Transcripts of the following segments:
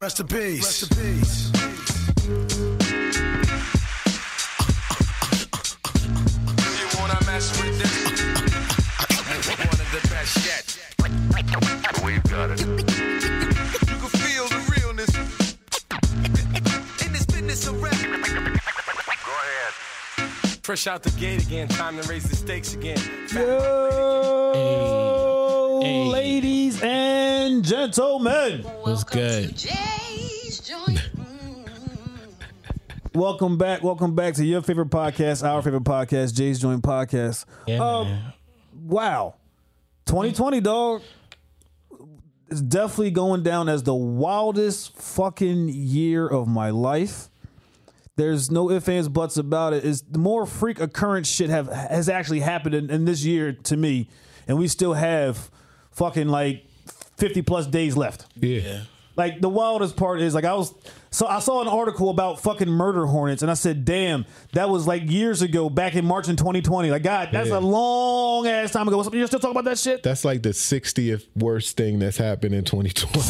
Rest in peace. Rest in peace. You wanna mess with this? One of the best yet. We've got it. You can feel the realness. In this business of rap. Go ahead. Fresh out the gate again, time to raise the stakes again. Yo, Hey. ladies and gentlemen, was good. welcome back. Welcome back to your favorite podcast, our favorite podcast, Jay's Joint Podcast. Yeah, Um, man. Wow, 2020, dog, is definitely going down as the wildest fucking year of my life. There's no ifs, ands, buts about it. Is more freak occurrence shit have has actually happened in, in this year to me, and we still have fucking like 50 plus days left. Yeah. Like the wildest part is like I was so I saw an article about fucking murder hornets and I said, damn, that was like years ago, back in March in 2020. Like God, that's Yeah. a long ass time ago. You're still talking about that shit? That's like the 60th worst thing that's happened in 2020.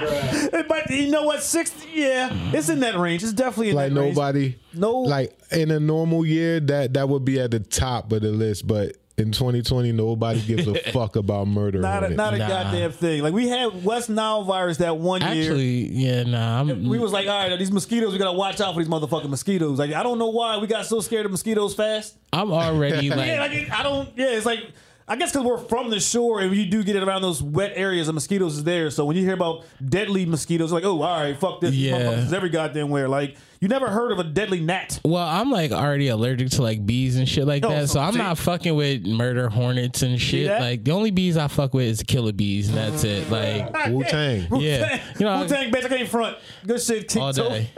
But you know what? Six yeah, it's in that range. It's definitely in Mm-hmm. like that range. nobody, No. like in a normal year, that that would be at the top of the list, but in 2020, nobody gives a fuck about murder. Not a, hornets. not a Nah. goddamn thing. Like we had West Nile virus that one year. Actually, yeah, nah. I'm, mm. We was like, all right, these mosquitoes, we gotta watch out for these motherfucking mosquitoes. Like I don't know why we got so scared of mosquitoes fast. I'm already like, Yeah, like it- I don't. Yeah, it's like I guess because we're from the shore, and you do get it around those wet areas, the mosquitoes is there. So when you hear about deadly mosquitoes, like oh, all right, fuck this, Yeah. motherfuckers is every goddamn where. Like you never heard of a deadly gnat. well, I'm like already allergic to like bees and shit like No, that. So so I'm see- not fucking with murder hornets and shit. that? Like the only bees I fuck with is killer bees, and that's it. Like Wu-Tang. Yeah. You know, I- Wu Tang, bitch, I came front. Good shit, kick all toe. day.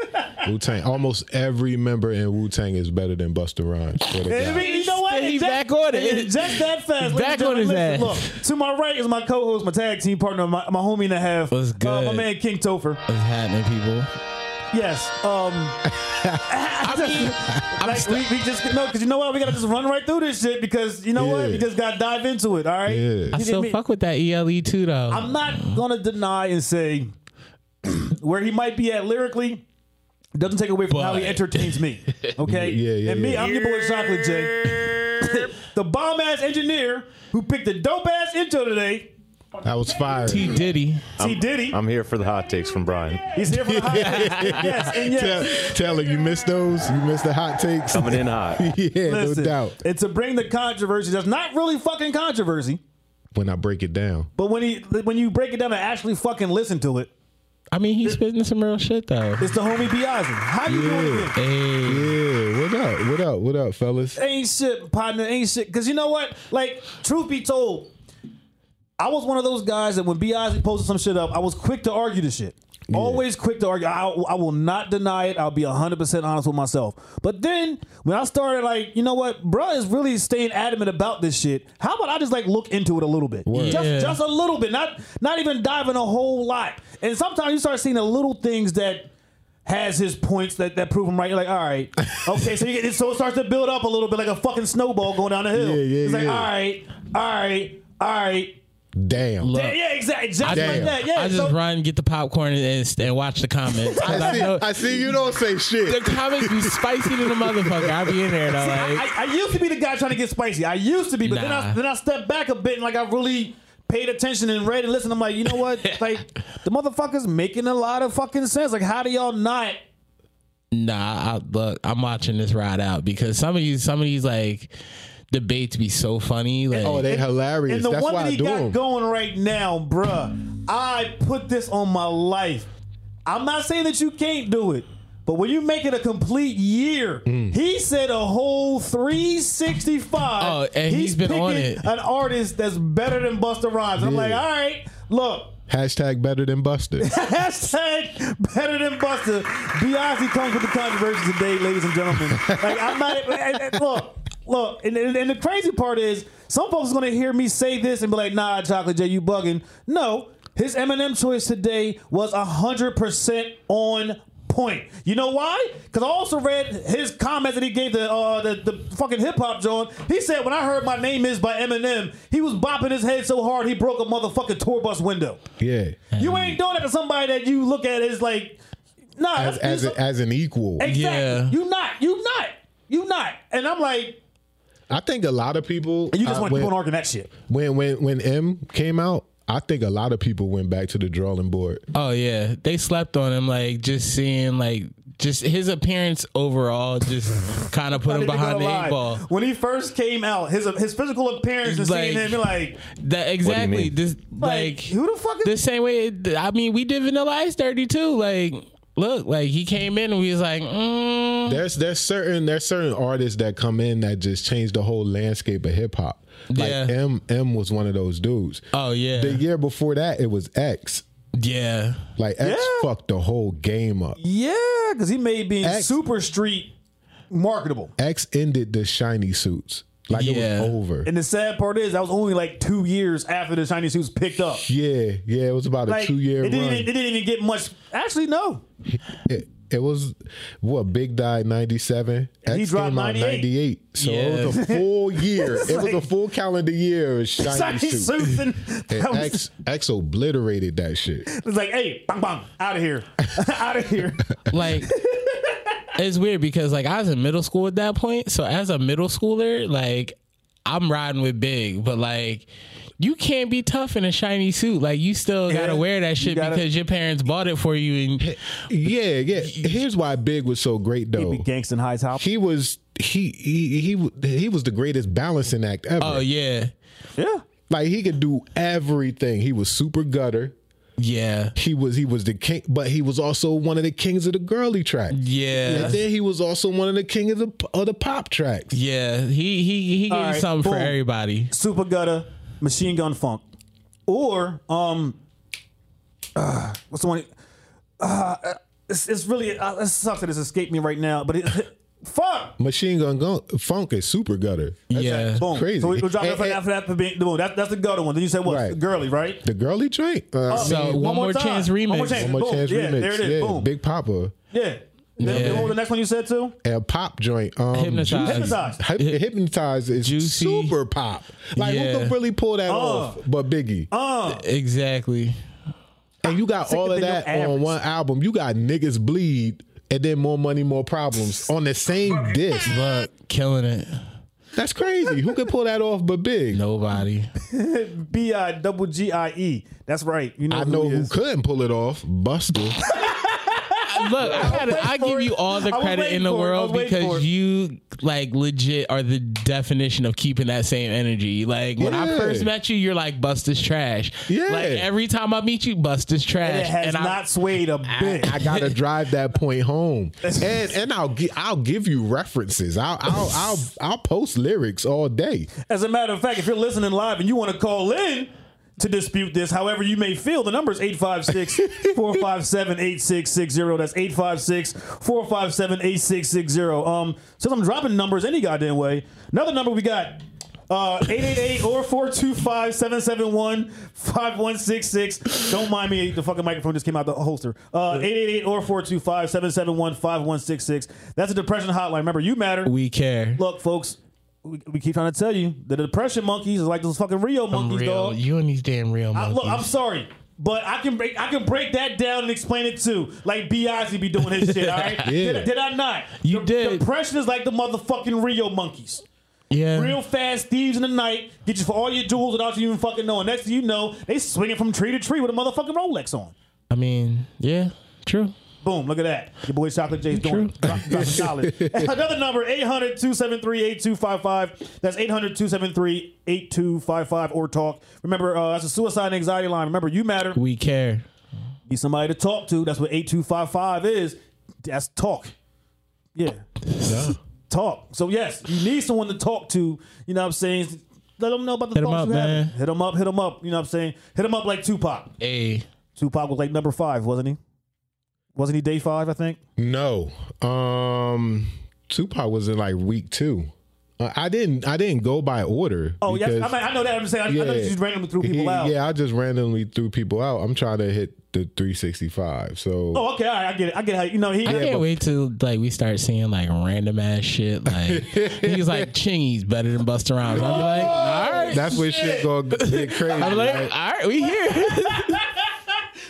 Wu Tang. Almost every member in Wu Tang is better than Buster Rhymes. swear to I God. mean, you know what? He's It's just- back on it. it's Just that fast. ladies back and on his gentlemen. ass. Look, to my right is my co-host, my tag team partner, my, my homie and a half. What's Uh, my good? man King Topher. What's happening, people? Yes. Um. like, we, we just no, because you know what? We gotta just run right through this shit because you know what? Yeah. We just gotta dive into it. All right. Yeah. You I get still me? fuck with that ELE too, though. I'm not gonna deny and say where he might be at lyrically. Doesn't take away from how he But- entertains me. Okay. Yeah, yeah, And me, yeah. I'm your boy Chocolate J, the bomb ass engineer who picked the dope ass intro today. That was fire. T Diddy. T Diddy. I'm here for the hot takes from Brian. He's here for the high. yes. And yes. Tell, tell her you missed those. You missed the hot takes. Coming in hot. yeah, Listen, no doubt. And to bring the controversy, that's not really fucking controversy, When I break it down, but when he when you break it down and actually fucking listen to it, I mean, he's spitting some real shit though. it's the homie Biazzi. How you doing? again? Yeah. Hey, yeah. What up? What up? What up, fellas? Ain't shit, partner. Ain't shit. Cause you know what? Like, truth be told, I was one of those guys that when Biazzi posted some shit up, I was quick to argue the shit. Always quick to argue. I, I will not deny it. I'll be 100% honest with myself. But then when I started, like, you know what? Bruh is really staying adamant about this shit. How about I just, like, look into it a little bit? Word. Just, Yeah. just a little bit. Not, not even diving a whole lot. And sometimes you start seeing the little things that has his points that, that prove him right. You're like, all right, okay. So you get, so it starts to build up a little bit like a fucking snowball going down a hill. Yeah, yeah, it's like, yeah. all right, all right, all right. Damn. look. Yeah, exactly. Just like Damn. that. Yeah. I just so- run, get the popcorn, and, and watch the comments. 'Cause I see, know- I see you don't say the shit. comments be spicy to the motherfucker. I be in there though. Like, I, I used to be the guy trying to get spicy. I used to be, but then I Nah. then I stepped back a bit and like I really paid attention and read and listened. I'm like, you know what? like the motherfucker's making a lot of fucking sense. Like, how do y'all not? nah, I, look, I'm watching this ride out because some of these, some of these like debates be so funny. Like, Oh, they hilarious. And the That's one why that I he do got them. going right now, bruh, I put this on my life. I'm not saying that you can't do it, but when you make it a complete year, Hmm. he said a whole 365. Oh, and he's been on picking it. An artist that's better than Buster Rhymes. I'm Yeah. like, all right, look. Hashtag better than Buster. Hashtag better than Buster. Beyonce comes with the controversy today, ladies and gentlemen. Like I'm not and- and- look, look, and, and, and the crazy part is some folks are gonna hear me say this and be like, nah, chocolate J, you bugging. No, his Eminem choice today was hundred percent on point. point. You know why? Because I also read his comments that he gave the uh, the, the fucking hip hop joint. He said, "When I heard my name is by Eminem, he was bopping his head so hard he broke a motherfucking tour bus window." Yeah. You ain't doing that to somebody that you look at as like, nah, As that's- as, a, as an equal. exactly. Yeah. You not, you not, you not. And I'm like, I think a lot of people and you just uh, want to when, keep on arguing that shit. when when when M came out, I think a lot of people went back to the drawing board. Oh yeah, they slept on him. Like just seeing like just his appearance overall, just kind of put him Not even behind gonna the lie. eight ball. When he first came out, his his physical appearance and Like- seeing him, you're like, That exactly. mean? This like, like who the fuck is the same way. I mean, we did Vanilla Ice dirty too. Like look, like he came in and we was like, Oh. mm, There's there's certain there's certain artists that come in that just change the whole landscape of hip hop. Like Yeah. M M was one of those dudes. oh yeah, The year before that, it was X. yeah. Like X Yeah. fucked the whole game up. yeah, because he made being X- super street marketable. X ended the shiny suits. Like Yeah. it was over. And the sad part is that was only like two years after the Chinese suits picked up. yeah, yeah, it was about a Like two year it run. didn't, even, it didn't even get much. Actually, no. it, it was what Big died ninety seven. he dropped 98. ninety eight. So it was a full year. it was a like- full calendar year of shiny, Chinese suit. suits and And that was- X X obliterated that shit. It's like, hey, bang bang, out of here, out of here. like it's weird because like I was in middle school at that point. So as a middle schooler, like I'm riding with Big, but like you can't be tough in a shiny suit. Like you still Yeah, gotta wear that shit gotta- because your parents bought it for you and Yeah, yeah. Here's why Big was so great though. Gangston high top. He was he he he w- he was the greatest balancing act ever. oh yeah. Yeah, Like he could do everything. He was super gutter. Yeah. He was he was the king, but he was also one of the kings of the girly track. Yeah. And then he was also one of the king of the of the pop tracks. Yeah. He he he gave All right, something for boom. everybody. super gutter, machine gun funk, or um, uh, what's the one? uh, it's, it's really uh, it sucks that it's escaped me right now, but it, fuck. Machine Gun Gun Funk is super gutter. yeah. Boom. Crazy. So we we'll drop And- that for that for that for being boom. That, that's the gutter one. Then you said what? Right. Girly, right? The girly joint. Uh, I So mean, One More time. Chance One more remix. chance. One more Oh. boom. chance yeah, remix. There it is. Yeah, Boom. Big Papa. Yeah. Then Yeah. What was the next one you said too? And pop joint. Um, Hypnotize. Hypnotize. Hy- hypnotize is Juicy. super pop. Like who Yeah. could really pull Uh. that off? But Biggie. Exactly. and you got all than of your that on average. one album. You got niggas bleed. And then more money, more problems on the same disc. Look, killing it. That's crazy. Who could pull that off but Big? Nobody. B I double G I E. That's right. You know I who know he who is. couldn't pull it off. Buster. Look, I, gotta, I give you all the I was credit waiting in the for it. I world was waiting for because it. you like legit are the definition of keeping that same energy. Like when I Yeah. first met you, you're like bust is trash. Yeah. Like every time I meet you, bust is trash. And it has I- not swayed a bit. I gotta drive that point home, and and I'll gi- I'll give you references. I'll I'll I'll, I'll post lyrics all day. As a matter of fact, if you're listening live and you want to call in to dispute this, however you may feel, the number is 856 457 8660. That's 856 457 8660. Um, Since I'm dropping numbers any goddamn way, another number we got. Uh, 888 or 425 771 5166. Don't mind me, the fucking microphone just came out the holster. Uh, 888 or 425 771 5166. That's a depression hotline. Remember, you matter. we care. Look, folks, we, we keep trying to tell you the depression monkeys is like those fucking Rio I'm monkeys, real. dog. You and these damn real I- monkeys. look, I'm sorry, but I can break I can break that down and explain it too. Like Beyonce be doing his shit. All right, Yeah. did, did I not? You De- did. Depression is like the motherfucking Rio monkeys. yeah. Real fast thieves in the night get you for all your jewels without you even fucking knowing. Next thing you know, they swinging from tree to tree with a motherfucking Rolex on. I mean, yeah, true. Boom, look at that. Your boy Chocolate J's doing it. Drop- dropping knowledge. Another number, 800-273-8255. That's 800-273-8255 or talk. Remember, uh, that's a suicide and anxiety line. Remember, you matter. We care. Need somebody to talk to. That's what 8255 is. That's talk. Yeah. Talk. So, yes, you need someone to talk to. You know what I'm saying? Let them know about the Hit 'em thoughts up, you have. man. Hit them up, hit them up. You know what I'm saying? Hit them up like Tupac. Hey, Tupac was like number five, wasn't he? Wasn't he day five, I think? No, um, Tupac was in like week two. Uh, I didn't I didn't go by order. Oh yes, because- I, mean, I know that. I'm saying I, I know you just randomly threw people He- out. Yeah, I just randomly threw people out. I'm trying to hit the 365. So Oh, okay. All right, I get it. I get how you know he. I can't wait till like we start seeing like random ass shit. Like he's like Chingy's better than Buster Rhymes. I'm like, all right, that's where shit gonna get crazy. I'm like, all right? right, we here.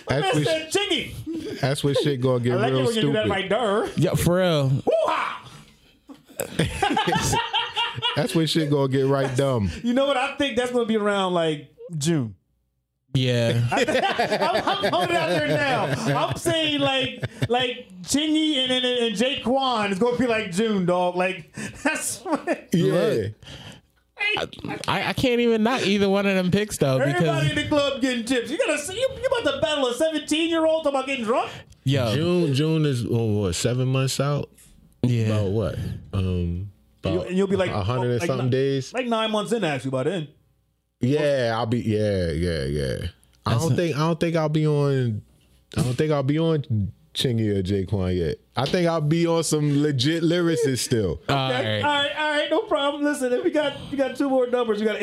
that's, I where, said sh- Chingy. that's where shit gonna get I like it real when you do stupid. that right there. yeah, for real. that's where shit gonna get right dumb. You know what? I think that's gonna be around like June. Yeah, I'm, I'm holding out there now. I'm saying like like Chingy and and, and Jay Quan is gonna be like June, dog. Like that's what, Yeah. I, I can't even knock either one of them picks though everybody because in the club getting tips. You gotta see you, you about to battle a 17 year old talking about getting drunk. yo, June June is oh, what seven months out. About yeah, what? Um, You- about and you'll be like a hundred and like something ni- days. Like nine months in actually by then. Yeah, I'll be. Yeah, yeah, yeah. I don't think. I don't think I'll be on. I don't think I'll be on Chingy or Jaquan yet. I think I'll be on some legit lyricists still. all All right. right. all right, no problem. Listen, if we got we got two more numbers, you got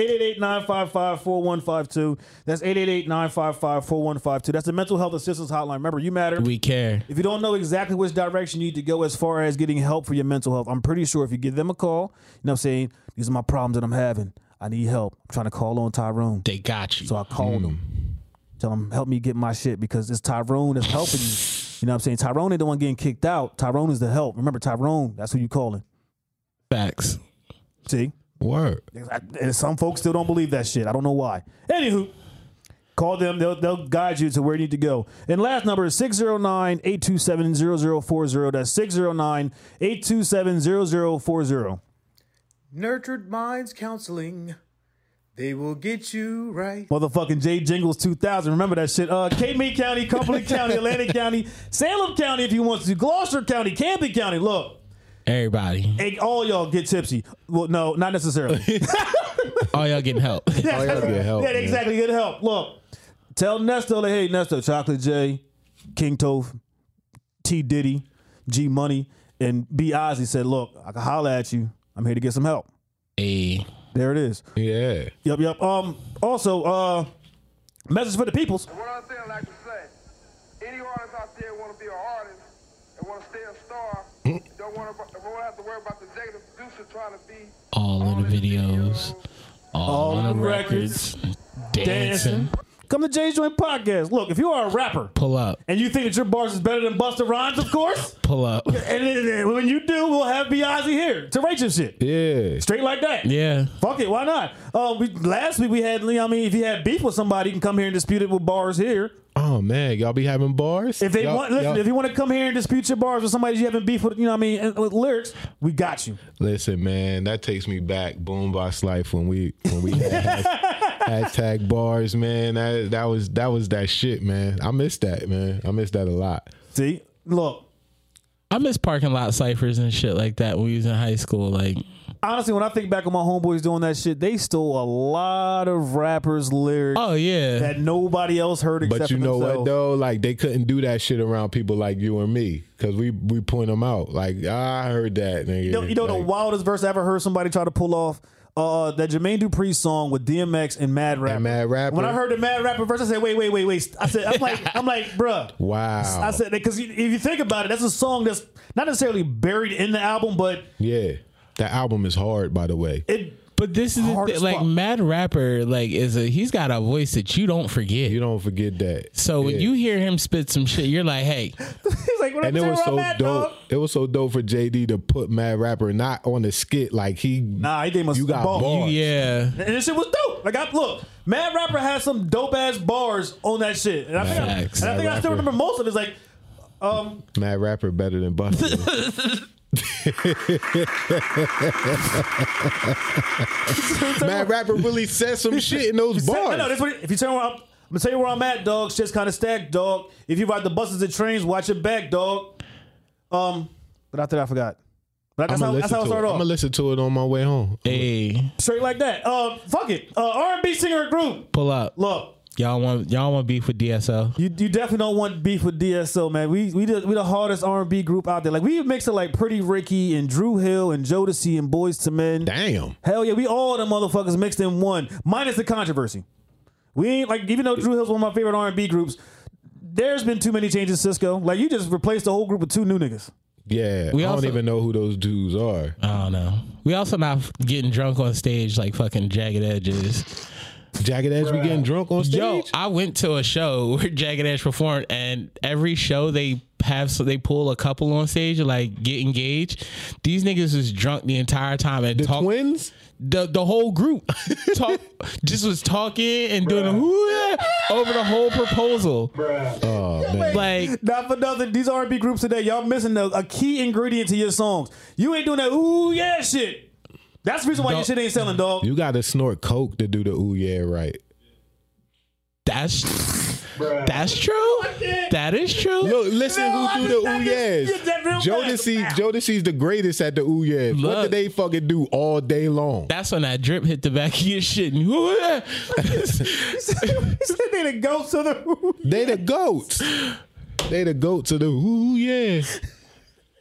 888-955-4152. That's 888-955-4152. That's the mental health assistance hotline. Remember, you matter. We care. If you don't know exactly which direction you need to go as far as getting help for your mental health, I'm pretty sure if you give them a call, you know what I'm saying, these are my problems that I'm having. I need help. I'm trying to call on Tyrone. They got you. So I called him. Mm. Tell him, help me get my shit because it's Tyrone that's helping you. You know what I'm saying? Tyrone ain't the one getting kicked out. Tyrone is the help. Remember, Tyrone, that's who you calling. Facts. See? Word. And some folks still don't believe that shit. I don't know why. Anywho, call them. They'll, they'll guide you to where you need to go. And last number is 609 827 0040. That's 609 827 0040. Nurtured Minds Counseling. They will get you right. Motherfucking Jay Jingles 2000. Remember that shit. Uh, Kame County, Cumberland County, Atlantic County, Salem County if you want to, Gloucester County, Camden County. Look, Everybody. hey, all y'all get tipsy. Well, no, not necessarily. All y'all getting help. Oh, y'all get help. yeah, man. exactly. Good help. Look, tell Nesto that hey, Nesto, Chocolate J, King Tove, T Diddy, G Money, and B Ozzy said, look, I can holler at you. I'm here to get some help. hey. There it is. Yeah. Yep, yep. Um, also, uh, message for the peoples. What I'm saying, like we say, any artist out there want to be an artist and want to stay a star, don't want to don't have to worry about the executive producer trying to be All of the videos, all, of the records, dancing. Come to Jay's Joint Podcast. Look, if you are a rapper Pull up, and you think that your bars is better than Buster Rhymes, of course. pull up. and, then- then when you do, we'll have B Ozzy here to rate your shit. Yeah. Straight like that. Yeah. Fuck it, why not? Uh, we, last week we had, you know what I mean, if you had beef with somebody, you can come here and dispute it with bars here. Oh man, y'all be having bars. If they Y'all- want, listen, y'all- if you want to come here and dispute your bars with somebody you haven't beef with, you know what I mean, and with lyrics, we got you. listen, man, that takes me back. Boombox life when we when we had has- hashtag bars, man. That that was that was that shit, man. I miss that, man. I miss that a lot. See, look, I miss parking lot ciphers and shit like that when we was in high school. Like, honestly, when I think back on my homeboys doing that shit, they stole a lot of rappers' lyrics oh yeah, that nobody else heard except But you for know themselves. what though, like they couldn't do that shit around people like you and me, cause we we point them out. Like I heard that, nigga. You know, you know the Like, wildest verse I ever heard somebody try to pull off? Uh, that Jermaine Dupri song with DMX and Mad Rapper. Mad Rapper. When I heard the Mad Rapper verse, I said, "Wait, wait, wait, wait!" I said, "I'm like, I'm like, bruh." Wow. I said because if you think about it, that's a song that's not necessarily buried in the album, but yeah. That album is hard, by the way. it. but this is the Hard thing, as like fuck. Mad Rapper. Like, is a he's got a voice that you don't forget. You don't forget that. so when Yeah. you hear him spit some shit, you're like, hey, He's like, what and it I'm was so so mad, dope. dog. It was so dope for JD to put Mad Rapper not on the skit like he. Nah, he gave us You got bars. bars. yeah, and this shit was dope. Like, I look, Mad Rapper has some dope ass bars on that shit, and I think, I, Facts. and I, think I still Rapper. remember most of it. It's like, um, Mad Rapper better than Buster. Mad Rapper really said some shit in those no, bars. no, that's what. If you turn where I'm, I'm gonna tell you where I'm at, dog. Shit's kind of stacked, dog. If you ride the buses and trains, watch your back, dog. Um, but after that, I forgot. But I'm that's how, gonna that's listen how it to it. I'm started off. gonna listen to it on my way home. hey, Straight like that. Uh, fuck it. Uh, R&B singer group. pull up. Look, Y'all want y'all want beef with DSL? you, you definitely don't want beef with DSO, man. We we the, we the hardest R and B group out there. Like we mix it like Pretty Ricky and Drew Hill and Jodeci and Boys to Men. Damn. Hell yeah, we all them motherfuckers mixed in one, minus the controversy. We ain't like even though Drew Hill's one of my favorite R and B groups. there's been too many changes, Cisco. Like you just replaced the whole group with two new niggas. Yeah, We I also- don't even know who those dudes are. I don't know. We also not getting drunk on stage like fucking Jagged Edges. Jagged Edge be getting drunk on stage. Yo, I went to a show where Jagged Edge performed, and every show they have so they pull a couple on stage like get engaged. These niggas was drunk the entire time and the talk twins. the the whole group talk just was talking and doing a whoo over the whole proposal. Oh man, Like Not for nothing. These R&B groups today, y'all missing a, a key ingredient to your songs. You ain't doing that. Ooh yeah, shit. That's the reason why your Dog. shit ain't selling, dog. you got to snort coke to do the ooh yeah right. that's that's true. That is true. Look, listen No, I who threw the ooh understand this. yeahs. Get that real Jodeci, fast. Jodeci's the greatest at the ooh yeahs. What Look. did they fucking do all day long? That's when that drip hit the back of your shit. And, "Ooh, yeah." He said they the ghosts of the ooh. They the goats. They the goats of the ooh yeah.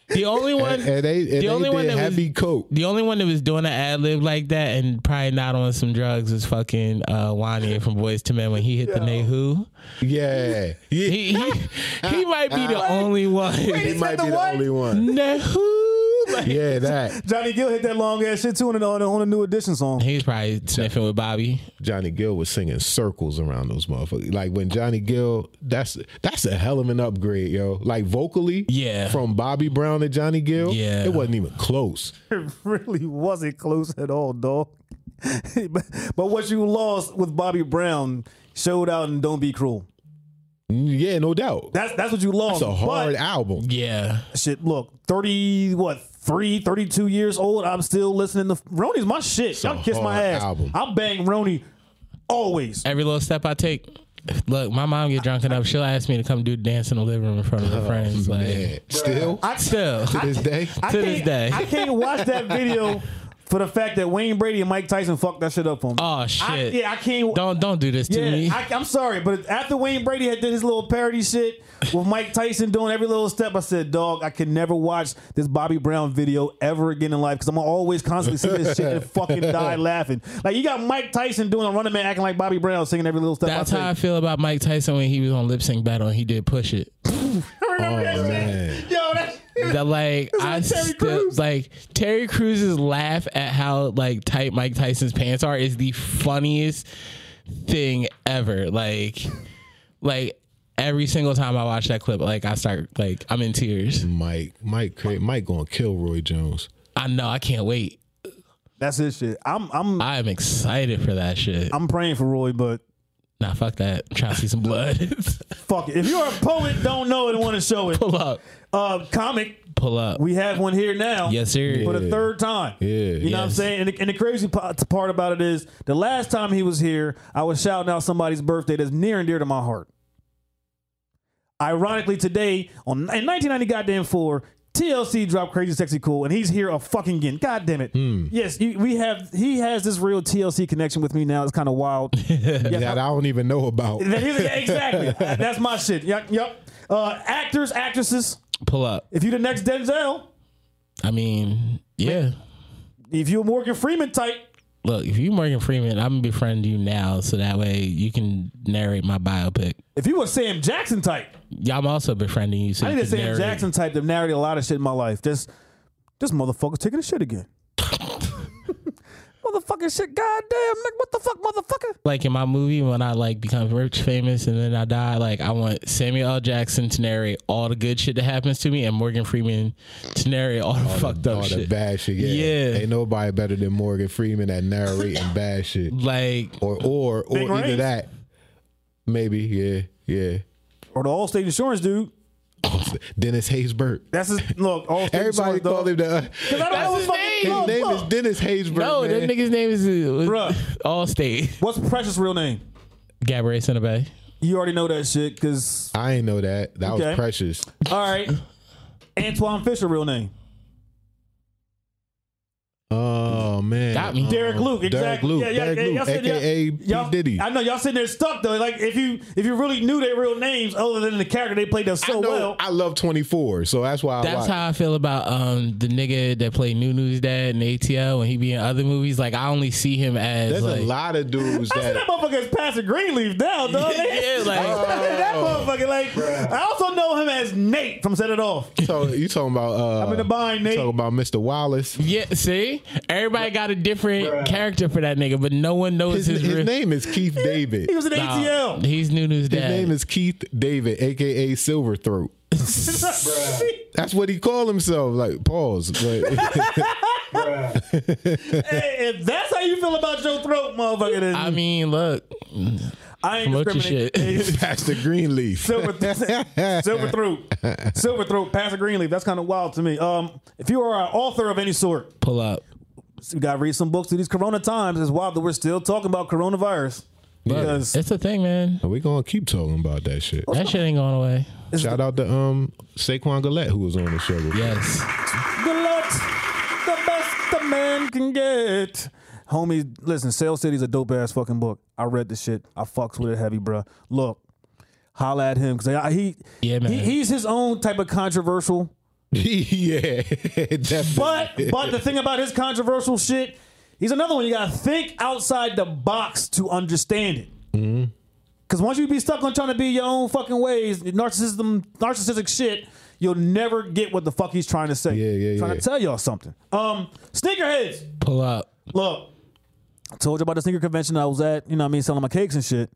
the only one, And, and they and the they only did one that was, happy coke. the only one that was doing an ad lib like that and probably not on some drugs was fucking uh, Wanye from Boys to Men when he hit the Nehu. Yeah, yeah. He, he he might be the only one. He said might the be the what? only one. Nehu. Like, Yeah, that Johnny Gill hit that long ass shit too on the, on the, on the new edition song. He's probably sniffing with Bobby. Johnny Gill was singing circles around those motherfuckers. Like when Johnny Gill, that's that's a hell of an upgrade, yo. Like vocally, Yeah. from Bobby Brown to Johnny Gill, Yeah. it wasn't even close. It really wasn't close at all, dog. but, but what you lost with Bobby Brown showed out and don't be cruel. Mm, Yeah, no doubt. That's that's what you lost. That's a hard but, album. Yeah. shit. Look, thirty what three, 32 years old. I'm still listening to Roni's my shit. Y'all kiss my hard ass. album. I'll bang Roni always. Every little step I take. Look, my mom get drunk enough. She'll ask me to come do dance in the living room in front of her friends. Like, Yeah, Oh, still still, to this day. I to can't- this day. I can't watch that video for the fact that Wayne Brady and Mike Tyson fucked that shit up on me. oh shit! I, yeah, I can't. don't don't do this to me. Yeah, I, I'm sorry, but after Wayne Brady had did his little parody shit with Mike Tyson doing every little step, I said, "Dog, I can never watch this Bobby Brown video ever again in life because I'm gonna always constantly see this shit and fucking die laughing." Like you got Mike Tyson doing a running man acting like Bobby Brown singing every little step. That's I how I take. feel about Mike Tyson when he was on Lip Sync Battle and he did push it. Remember that shit? oh, Man. Yo, that That like I Terry still Crews. like Terry Cruz's laugh at how like tight Mike Tyson's pants are is the funniest thing ever. Like, like every single time I watch that clip, like I start like I'm in tears. Mike, Mike, cra- Mike gonna kill Roy Jones. I know I can't wait. that's his shit. I'm I'm I'm excited for that shit. I'm praying for Roy, but Nah, fuck that. I'm trying to see some blood. fuck it. If you're a poet, don't know it and want to show it. pull up, Uh, comic, pull up. we have one here now. yes, sir. for the third time. Yeah. You know what I'm Yes. saying? And the, and the crazy po- part about it is the last time he was here, I was shouting out somebody's birthday that's near and dear to my heart. Ironically, today, on in 1990 goddamn 4, TLC dropped Crazy Sexy Cool, and he's here a fucking again. God damn it. Hmm. Yes, you, we have, he has this real TLC connection with me now. It's kind of wild. That I don't even know about. That is- yeah, exactly. That's my shit. Yep. yep. Uh, actors, actresses, Pull up. if you the next Denzel, I mean, yeah. if you a Morgan Freeman type, Look, if you Morgan Freeman, I'm gonna befriend you now, so that way you can narrate my biopic. if you a Sam Jackson type, Yeah, I'm also befriending you. So I you need a can Sam narrate. Jackson type that narrated a lot of shit in my life. Just this motherfucker's taking a shit again. Motherfucking shit, goddamn, nigga, what the fuck, motherfucker? Like in my movie, when I like become rich, famous, and then I die, like I want Samuel L. Jackson to narrate all the good shit that happens to me, and Morgan Freeman to narrate all the fucked all up the shit. Oh, bad shit. Yeah. Yeah. Ain't nobody better than Morgan Freeman at narrating bad shit. Like Or or or Big either Rings? that. Maybe, yeah, yeah. Or the Allstate Insurance dude. Dennis Haysbert. That's his look. Allstate Everybody Insurance, dog. called him the. uh, Cause I don't know his fucking His look, name look. is Dennis Haysbert. no, man. that nigga's name is uh, Bruh. Allstate. What's Precious' real name? Gabrielle Cinebay. You already know that shit, cause I ain't know that. That Okay. was precious. all right. Antoine Fisher real name. Oh man, Got me. Derek Um, Luke, Derek exactly. Luke, yeah, yeah, Derek yeah, Luke, y'all said- y'all- aka P. y'all- Diddy. I know y'all sitting there stuck though. Like if you if you really knew their real names other than the character they played them so I know well. I love Twenty Four, so that's why. I That's watch. how I feel about um the nigga that played Nunu's dad in ATL when he be in other movies. Like I only see him as There's like, a lot of dudes I said that that. motherfucker's passing Greenleaf down, dog. Yeah, like- uh, that motherfucker. Like I also know him as Nate from Set It Off. So you talking about? Uh, I'm in the bind, you Nate. Talking about Mr. Wallace. Yeah, see, everybody got a different character for that nigga, but no one knows His, his, his real name is Keith David. He was an Nah, ATL. He's Nunu's His dad. name is Keith David, aka Silverthroat. That's what he called himself. Like pause. But Hey, if that's how you feel about your throat, motherfucker, then I mean, look, I ain't promote your discriminating. Pastor Greenleaf. Silver, silver throat, silver throat, Pastor Greenleaf. That's kind of wild to me. Um, if you are an author of any sort, pull up. we gotta read some books through these Corona times. It's wild that we're still talking about coronavirus because It's a thing, man. We're gonna keep talking about that shit. That shit ain't going away. Shout out to um Saquon Gillette who was on the show. before. Yes, the lot, the best a man can get. Homie, listen, Sales City's a dope ass fucking book. I read the shit. I fucks with it heavy, bruh. Look, holla at him because he, Yeah, man. he he's his own type of controversial. yeah, definitely. But but the thing about his controversial shit, he's another one you gotta think outside the box to understand it. Mm-hmm. Because once you be stuck on trying to be your own fucking ways, narcissism, narcissistic shit, you'll never get what the fuck he's trying to say. Yeah, yeah, Trying yeah. to tell y'all something. Um, sneakerheads. pull up. Look, I told you about the sneaker convention I was at. You know what I mean, selling my cakes and shit.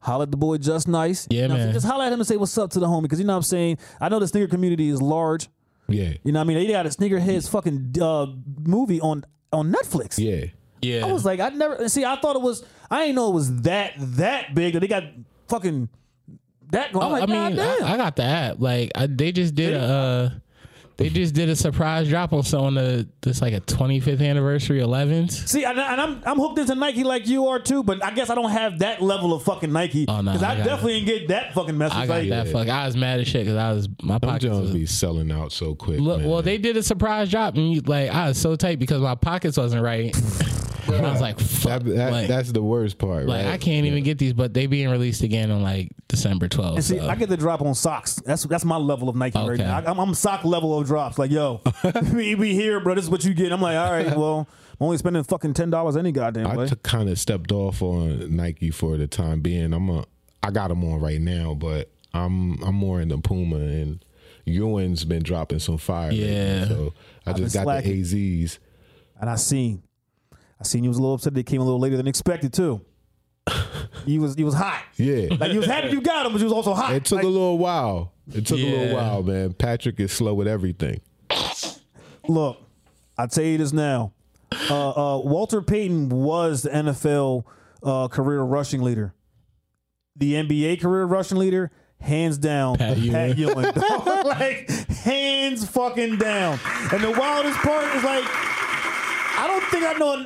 Holla at the boy Just Nice. You Yeah, know what I'm man. saying? Just holla at him and say what's up to the homie. Because you know what I'm saying. I know the sneaker community is large. yeah, You know what I mean? They got a sneakerheads fucking uh, movie on on Netflix. yeah. Yeah, I was like, I never see. I thought it was. I didn't know it was that that big that they got fucking that going. Oh, I'm like, I mean, I, goddamn. I got the app. Like, I, they just did a, uh, they just did a surprise drop on someone the this like a 25th anniversary 11th. see, and, and I'm I'm hooked into Nike like you are too. But I guess I don't have that level of fucking Nike Oh, nah, because I I, got definitely didn't get that fucking message. I got like, that fuck. I was mad as shit because I was my Them pockets. Jones Was, be selling out so quick. Look, man. well, they did a surprise drop and you, like I was so tight because my pockets wasn't right. I was like, fuck. That- that- like, that's the worst part. like, right? I can't even get these, but they being released again on like December 12th. See, so. I get the drop on socks. That's that's my level of Nike right Okay. now. I, am I'm sock level of drops. Like, yo, we be here, bro. This is what you get. I'm like, all right, well, I'm only spending fucking ten dollars any goddamn I way. t- kind of stepped off on Nike for the time being. I'm a, I got them on right now, but I'm I'm more into Puma and Ewan's been dropping some fire. lately, Yeah. so I just been got slacking. the AZs. and I seen, I seen you was a little upset. They came a little later than expected too. You was you was hot. Yeah, Like you was happy you got him, but you was also hot. it took Like, a little while. It took a Yeah. little while, man. Patrick is slow with everything. look, I tell you this now. Uh, uh, Walter Payton was the NFL uh, career rushing leader. The NBA career rushing leader, hands down, Pat Ewing. dog. like hands fucking down. And the wildest part is like, I don't think I know.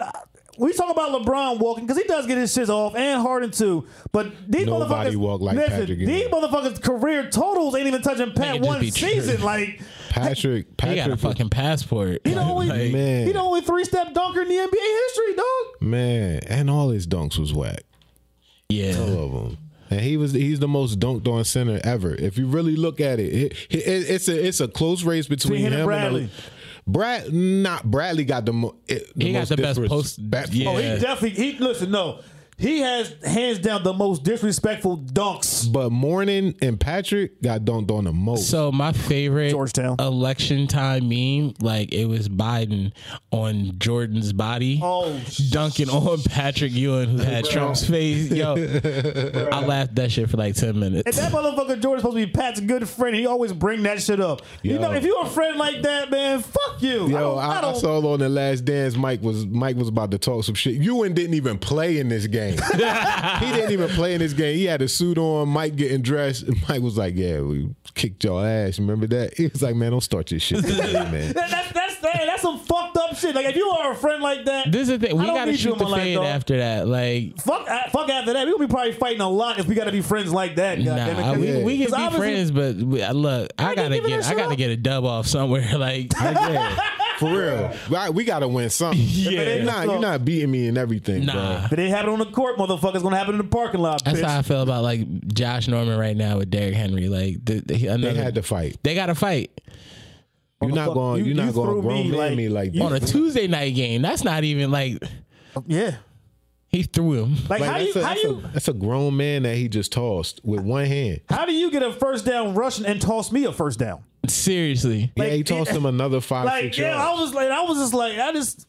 We talk about LeBron walking because he does get his shits off and Harden too. But these Nobody motherfuckers walk like listen, Patrick Ewing. These motherfuckers' career totals ain't even touching Pat Nigga just one be tripping. season. Like Patrick, he Patrick, got a is- fucking passport. he the only man. he the only three step dunker in the NBA history, dog. man, and all his dunks was whack. yeah. All of them. And he was he's the most dunked on center ever. If you really look at it, it, it- it's a it's a close race between him him, and Bradley. and the, Brad. Not Bradley got the, mo, it, the He got most the best disres- post- back- yeah. Oh, he definitely he listen, no. He has hands down the most disrespectful dunks. But Morning and Patrick got dunked on the most. So my favorite Georgetown. election time meme, like it was Biden on Jordan's body, Oh, dunking on Patrick Ewing who had Trump's face. Yo, I laughed that shit for like ten And minutes. that motherfucker Jordan's supposed to be Pat's good friend. He always bring that shit up. You Yo. know, if you're a friend like that, man, fuck you. I Yo, don't, I I, I don't, saw on the last dance. Mike was Mike was about to talk some shit. Ewan didn't even play in this game. he didn't even play in this game. He had a suit on. Mike getting dressed. Mike was like, "Yeah, we kicked your ass. Remember that?" He was like, "Man, don't start your shit, today, man." that, that's that's that, that's some fucked up shit. Like if you are a friend like that, This is the thing. I We don't gotta need you shoot in the my life, fade dog. after that. Like, fuck uh, fuck after that. We gonna be probably fighting a lot if we gotta be friends like that. nah, goddamn it. I- 'Cause- we, we 'cause can be obviously- friends, but we, I- look, I ain't gotta giving get, that I shit gotta up. get a dub off somewhere. For Like, real. Right, we gotta win something. Yeah. You're not, you're not beating me in everything, bro. Nah. If it ain't happen on the court, motherfucker, it's gonna happen in the parking lot, That's bitch. how I feel about like Josh Norman right now with Derrick Henry. Like the, the, another, They had to fight. they got to fight You're not Motherfucker, going. you- You're you not going threw to grown me man like- me like you- on a Tuesday night game. That's not even like yeah. he threw him. Like, Like, how do that's, you a, how do that's, a, you that's a grown man that he just tossed with one hand. how do you get a first down rushing and toss me a first down? Seriously, yeah, he Like, tossed it- him another five, Like six yeah, I yards. was like I was just like I just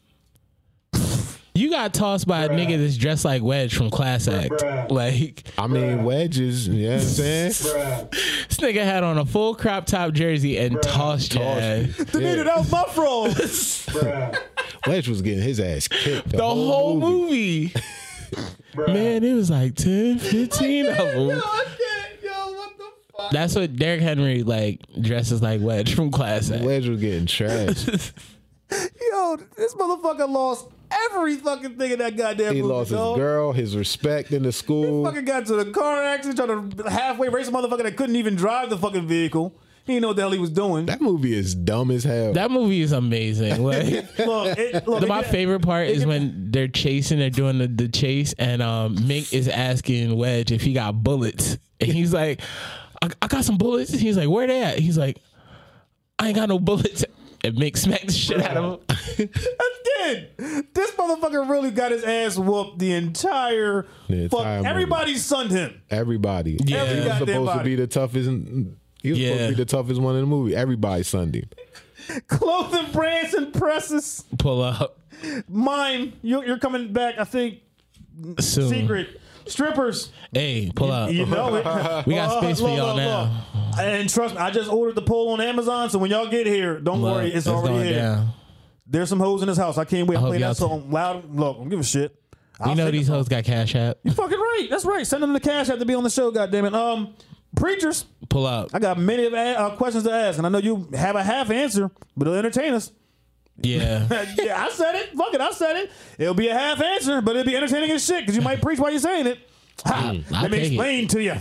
you got tossed by a nigga that's dressed like Wedge from Class Act. Like I mean, wedges. You know what I'm saying? this nigga had on a full crop top jersey and tossed your ass. Danita, that was my fraud. Wedge was getting his ass kicked. the whole movie. Man, it was like 10, 15 of them. That's what Derrick Henry like dresses like Wedge from Class Act. Wedge was getting trashed. Yo, this motherfucker lost every fucking thing in that goddamn He movie. lost his dog. girl, his respect in the He school. fucking got to the car accident, trying to halfway race a motherfucker that couldn't even drive the fucking vehicle. He didn't know what the hell he was doing. That movie is dumb as hell. That movie is amazing. Like look, it, look the- it- my favorite part is when they're chasing, they're doing the, the chase, and um, Mink is asking Wedge if he got bullets, and he's like, I, "I got some bullets." He's like, "Where they at?" He's like, "I ain't got no bullets." And Mink smacked the shit out of him. Again, this motherfucker really got his ass whooped the entire. The fuck, entire movie. everybody sunned him. Everybody. Yeah. Every he was goddamn supposed to body. be the toughest. He was supposed Yeah. to be the toughest one in the movie. Everybody Sunday. Clothing brands and presses. Pull up Mime, you, you're coming back. I think soon. secret strippers. Hey, pull up. You know it. Uh. We got Uh, space for look, y'all look, now. look. And trust me, I just ordered the poll on Amazon. So when y'all get here, don't Look, worry, it's, going already here. down. There's some hoes in this house. I can't wait to hope play y'all that song loud. Look, I don't give a shit. You know these hoes got cash app. You fucking right. That's right. Send them the cash. Have to be on the show. God damn it. Um, preachers. Pull up. I got many of a- uh, questions to ask, and I know you have a half answer, but it'll entertain us. Yeah. yeah, I said it. Fuck it, I said it. It'll be a half answer, but it'll be entertaining as shit because you might preach while you're saying it. Ha, I'll let me Mm, take it. explain to you.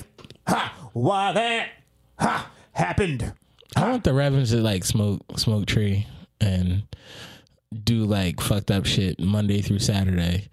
Ha, why that ha happened. I want the Ravens to like smoke smoke tree and do like fucked up shit Monday through Saturday.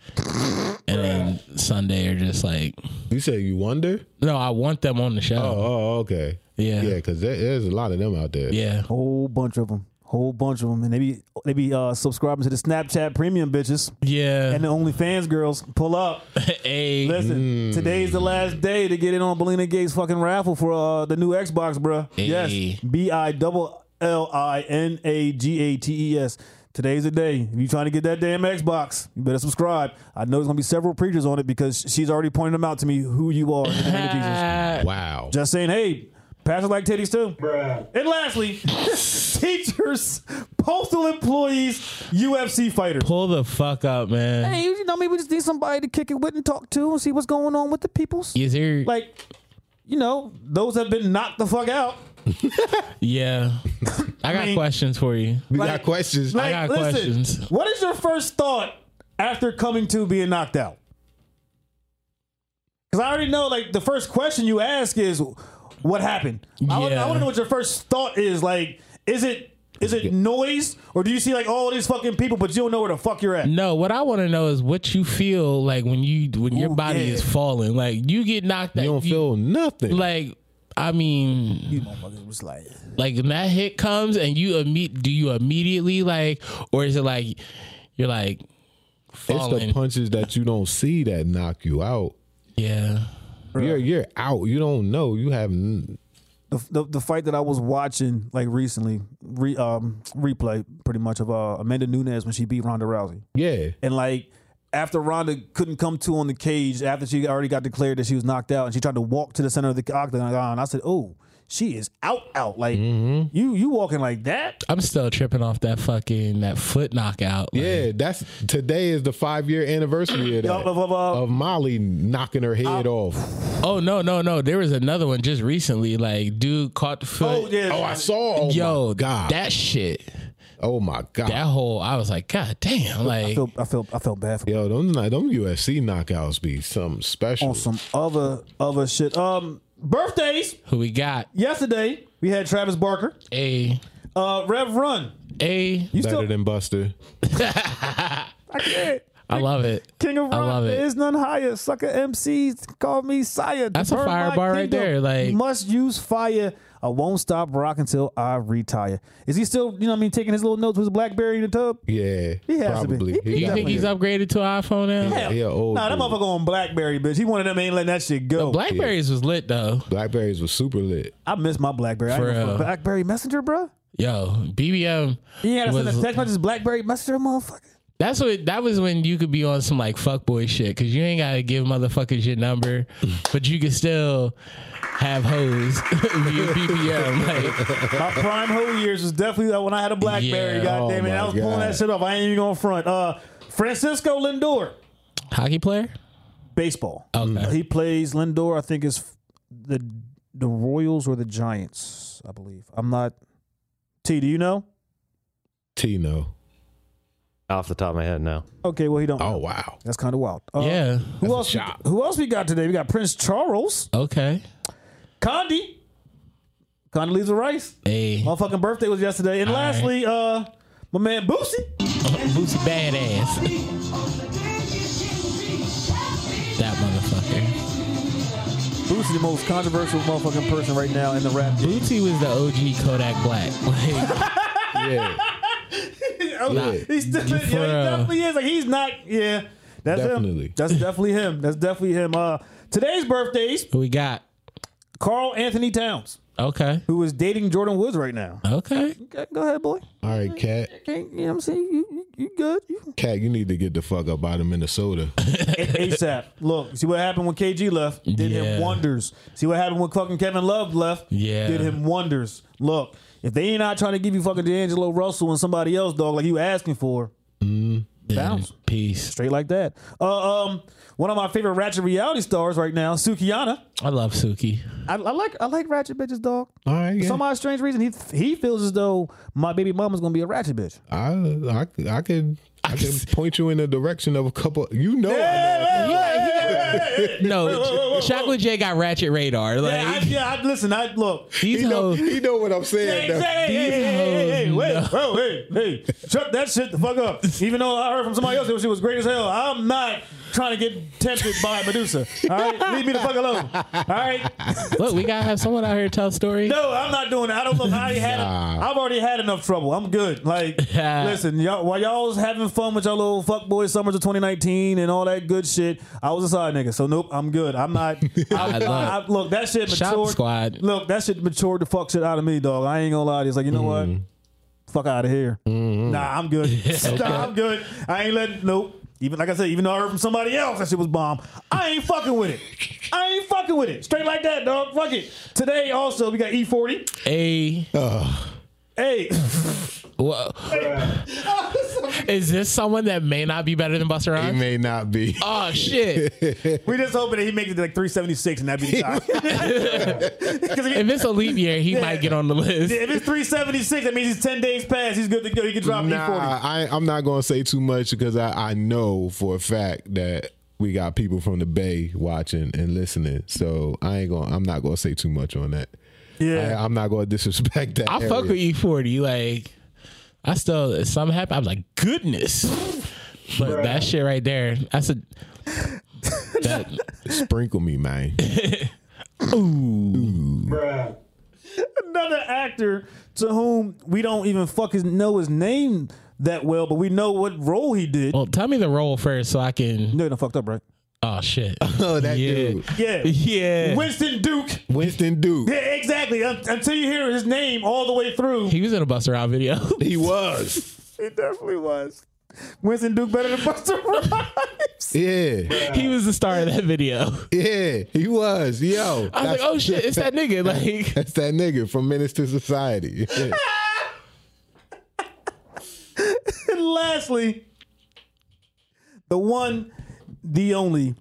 and then Sunday are just like You say you wonder? No, I want them on the show. Oh, okay. Yeah. Yeah, because there's a lot of them out there. Yeah. Whole bunch of them. Whole bunch of them, and they be they be uh, subscribing to the Snapchat Premium bitches Yeah. and the OnlyFans girls. Pull up. hey. Listen, today's the last day to get in on Belina Gates fucking raffle for uh, the new Xbox, bruh. Hey. Yes, B I double L I N A G A T E S. Today's the day. If you trying to get that damn Xbox, you better subscribe. I know there's gonna be several preachers on it because she's already pointed them out to me who you are in the name of Jesus. Ah, Wow. Just saying, hey, pastors like titties too. And lastly, teachers, postal employees, UFC fighters. pull the fuck up, man. Hey, you know, maybe we just need somebody to kick it with and talk to and see what's going on with the peoples Is there like you know those have been knocked the fuck out Yeah. I got mean- questions for you. we like- got questions. like got listen questions. what is your first thought after coming to being knocked out because i already know like the first question you ask is what happened i want Yeah. to know what your first thought is like is it is it noise or do you see like all these fucking people but you don't know where the fuck you're at No, what I want to know is what you feel like when you when your Ooh, body yeah. is falling. Like you get knocked out. you don't feel nothing. like I mean, was like like when that hit comes and you imme- do you immediately like, or is it like you're like it's the falling? punches that you don't see that knock you out. yeah, You're you're out. You don't know. You have n- the, the, the fight that I was watching like recently, re, um, replay pretty much of uh, Amanda Nunes when she beat Ronda Rousey, yeah. and like after Ronda couldn't come to on the cage after she already got declared that she was knocked out, and she tried to walk to the center of the octagon, I said, "Oh, she is out, out like Mm-hmm. you you walking like that." Oh, I'm still tripping off that fucking that foot knockout. Like, Yeah, that's today is the five year anniversary of that, Yup, yup, yup, yup. of Molly knocking her head off. Oh no, no, no! There was another one just recently. Like dude caught the foot. Oh yeah, Oh, I saw. Oh Yo, my god. that shit, oh my god. that whole I was like, God damn! I Like feel I feel I felt bad for Yo, them them UFC knockouts be something special. on some other other shit. Um, birthdays who we got? yesterday we had Travis Barker, A uh, Rev Run, A. You Better still, than Buster. I can't. I llove it. King of I Rock, love it. there is none higher. Sucker MCs call me Sire. That's a Burn fire my bar right kingdom. there, like- must use fire. I won't stop rock until I retire. Is he still, you know what I mean, taking his little notes with his Blackberry in the tub? Yeah, He has to be. probably. He- Do you think Definitely. he's upgraded to an iPhone now? he a old Nah, that dude. motherfucker on Blackberry, bitch. He one of them ain't letting that shit go. Blackberries was lit though. Blackberries was super lit. I miss my Blackberry. I For ain't gonna real. fuck Blackberry Messenger, bro. Yo, BBM. You had to send a was- text message Blackberry Messenger, motherfucker. That's what. That was when you could be on some like fuckboy shit because you ain't gotta give motherfuckers your number, but you can still have hoes via BBM. Like, My prime hoe years was definitely that when I had a Blackberry. Yeah. God damn it, Oh I my was pulling God. that shit off. I ain't even gonna front. Uh, Francisco Lindor, hockey player. baseball. Okay. He plays Lindor. I think is f- the the Royals or the Giants. I believe. I'm not. T, do you know? Tino. Off the top of my head, no. Okay, well he don't. Oh know. wow. that's kind of wild. Uh, Yeah. Who else? We, shock. who else we got today? We got Prince Charles, Okay. Condi, Condoleezza Rice. Hey, Motherfucking birthday was yesterday. And All right. lastly, uh, my man Boosie. Boosie badass. That motherfucker. Boosie, the most controversial motherfucking person right now in the rap game. Boosie was the OG Kodak Black. Like, Yeah. Oh, He's still, yeah, he For, uh, definitely is. Like he's not. Yeah, that's him. Definitely. That's definitely him. That's definitely him. Uh, today's birthdays: who we got? Carl Anthony Towns, Okay. who is dating Jordan Woods right now. Okay. Okay, go ahead, boy. All right, cat. Can't- You know what I'm saying? You, you, you good? You- Cat, you need to get the fuck up out of Minnesota. A- ASAP. Look, see what happened when KG left? Did Yeah. him wonders. See what happened when fucking Kevin Love left? Yeah. Did him wonders. Look, if they ain't not trying to give you fucking D'Angelo Russell and somebody else, dog, like you asking for, bounce. Peace. Straight like that. Uh, um, one of my favorite Ratchet reality stars right now, Sukiana. I love Suki. I, I like I like Ratchet bitches, dog. All right, For yeah. some odd strange reason, he he feels as though my baby mama's gonna be a Ratchet bitch. I, I, I could, I could point you in the direction of a couple. You know, I know. No, Chocolate J got ratchet radar. Yeah, I, Like yeah I, listen, I look. these He know, hoes. he know what I'm Hey, saying. hey, though. hey, hey, hey, hey, hey, wait, No. whoa, hey, hey, shut that shit the fuck up. Even though I heard from somebody else that she was great as hell, I'm not trying to get tempted by Medusa. All right, leave me the fuck alone. All right, Look, we gotta have someone out here tell a story. No, I'm not doing that. I don't know. I already had. I've already had enough trouble. I'm good. Like, listen, y'all, while y'all was having fun with y'all little fuckboy summers of 2019 and all that good shit, I was a side nigga. So nope, I'm good. I'm not. I'm, I love- I- look, that shit Shop matured. squad. Look, that shit matured the fuck shit out of me, dog. I ain't gonna lie. to you. It's like you know what? Fuck out of here. Nah, I'm good. nah, I'm good. I ain't letting. Nope. Even like I said, even though I heard from somebody else that shit was bomb, I ain't fucking with it. I ain't fucking with it. Straight like that, dog. Fuck it. Today also we got E40. Hey, Hey, wha- is this someone that may not be better than Buster He Rhymes? may not be. Oh shit! we just hoping that he makes it to like 376 and that be the top. 'Cause if, If it's a leap year, he might get on the list. if it's 376, that means he's 10 days past. He's good to go. He can drop E Nah, E40. I, I'm not gonna say too much because I, I know for a fact that we got people from the Bay watching and listening. So I ain't gonna. I'm not gonna say too much on that. Yeah. I, am not gonna disrespect that. I fuck area. with E forty. Like I still, if something happened, I'm like, goodness. But that shit right there, that's a. That, Sprinkle me, man. Another actor to whom we don't even fuck his, know his name that well, but we know what role he did. well, tell me the role first so I can. No, you done fucked up, right? Oh shit! oh, that Yeah. dude, Yeah. Yeah. Winston Duke. Winston Duke. Yeah, exactly. Un- Until you hear his name all the way through, He was in a Buster Rhymes video. He was. he definitely was. Winston Duke better than Buster Rhymes. Yeah, he was the star of that video. yeah, he was. Yo, I was like, oh shit, it's that nigga. Like, that's that nigga from Menace to Society. Yeah. And lastly, the one, the only,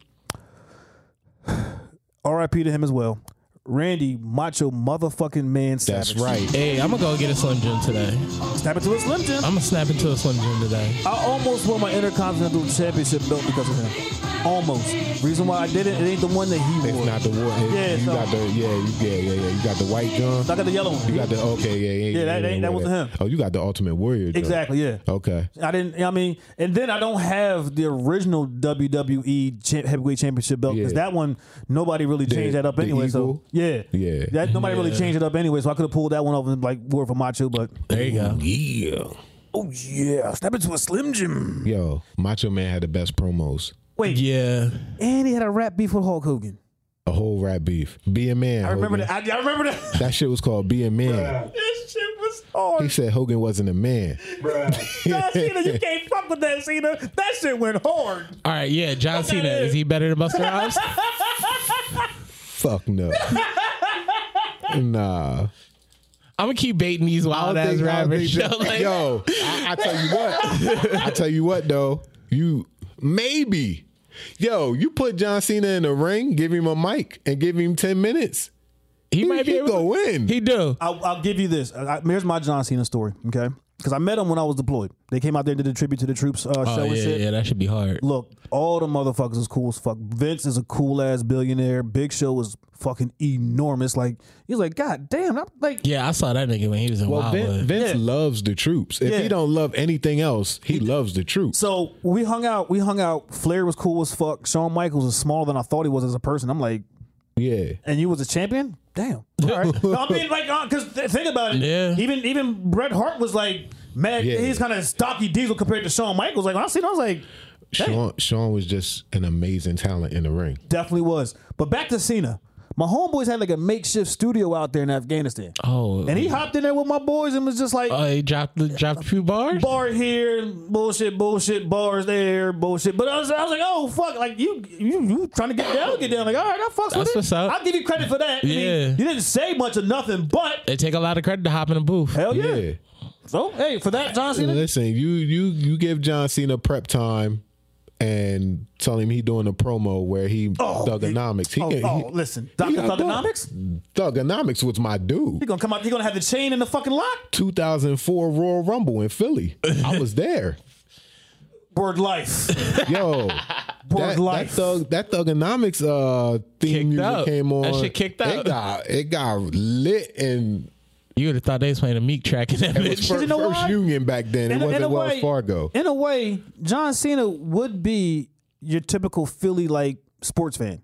R.I.P. to him as well, Randy Macho motherfucking Man Savage. That's right. hey, I'm gonna go get a Slim Jim today. Snap into a Slim Jim. I'm gonna snap into a Slim Jim today. I almost won my Intercontinental Championship belt because of him. Almost. Reason why I did it, it ain't the one that he It's wore. not the war. Yeah, you so- got the yeah, you, yeah, yeah, yeah. You got the white John. I got the yellow one. You got the okay, yeah, yeah. Yeah, that ain't- that wasn't him. Oh, you got the Ultimate Warrior. John. exactly, yeah. Okay. I didn't. I mean, and then I don't have the original WWE cha- heavyweight championship belt because Yeah. that one nobody really changed that up the anyway. So eagle? yeah, Yeah. that nobody really changed it up anyway. So I could have pulled that one off and like wore it for Macho, but There you go. Yeah. oh yeah, step into a slim jim. Yo, Macho Man had the best promos. Wait, Yeah. and he had a rap beef with Hulk Hogan. A whole rat beef. Be a man. I remember Hogan. that. I, I remember that. That shit was called Be a Man. this shit was He on. said Hogan wasn't a man. John Cena, you can't fuck with that Cena. That shit went hard. All right. Yeah. John Cena is he better than Buster Rhymes? Fuck no. nah. I'm gonna keep baiting these wild ass I don't rappers. think that- yo, I, I tell you what, I tell you what though, you maybe, yo, you put John Cena in the ring, give him a mic, and give him ten minutes. he, He, might be able go to in. He do. I'll, I'll give you this. I, I- here's my John Cena story, okay? Because I met him when I was deployed. They came out there and did a tribute to the troops uh, show Oh and yeah, shit. yeah. That should be hard. Look, all the motherfuckers is cool as fuck. Vince is a cool ass billionaire. Big Show was fucking enormous. Like he's like, God damn, I'm like, Yeah, I saw that nigga when he was in well, Vince, Wildwood. Vince Yeah. loves the troops. If Yeah. he don't love anything else, he loves the troops. So we hung out. We hung out. Flair was cool as fuck. Shawn Michaels was smaller than I thought he was as a person. I'm like, Yeah, and you was a champion? Damn. All right. No, I mean, like, because th- think about it. Yeah. Even even Bret Hart was like, mad. Yeah. He's kind of stocky diesel compared to Shawn Michaels. Like, when I seen, him, I was like, Sean, Sean was just an amazing talent in the ring. definitely was. But back to Cena. My homeboys had like a makeshift studio out there in Afghanistan. oh, And he hopped in there with my boys and was just like, oh, he dropped the, dropped a few bars. bar here, bullshit, bullshit, bars there, bullshit. But I was, I was like, oh fuck, like you, you, you trying to get down, get down. Like, all right, I fucks with That's it. what's up. I'll give you credit for that. I mean, Yeah. you didn't say much of nothing, but They take a lot of credit to hop in the booth. hell yeah. Yeah. So hey, for that, John Cena. Listen, you you you give John Cena prep time and tell him he doing a promo where he Oh, thugonomics. He, oh, can- oh, he- listen, he Doctor got Thugonomics. He Thugonomics was my dude. gonna come out. He gonna have the chain in the fucking lock. 2004 Royal Rumble in Philly. I was there. Word life. Yo. That, Word that, life. thug, that thugonomics uh, theme Kicked music up. came on. That shit kicked It up. got it got lit and You would have thought they was playing a Meek track in that it was bitch. first, you know first why? union back then. it wasn't Wells Fargo. In a way, John Cena would be your typical Philly like sports fan.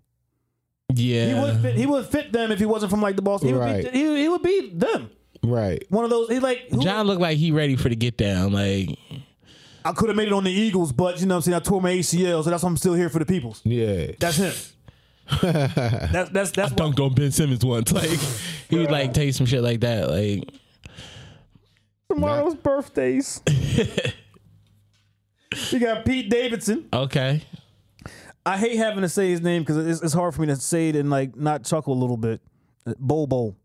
He yeah, would fit. He would fit them if he wasn't from like the Boston. He would Right. be. He, he would be them. right. One of those. He like who- John looked like he ready for the get down. Like I could have made it on the Eagles, but you know what I'm saying. I tore my ACL, so that's why I'm still here for the peoples. Yeah. That's him. that's that's that's. Why. dunked on Ben Simmons once. Like he would like tell you some shit like that. Like Tomorrow's birthdays. you got Pete Davidson. okay, I hate having to say his name because it's, it's hard for me to say it and like not chuckle a little bit. Bobo,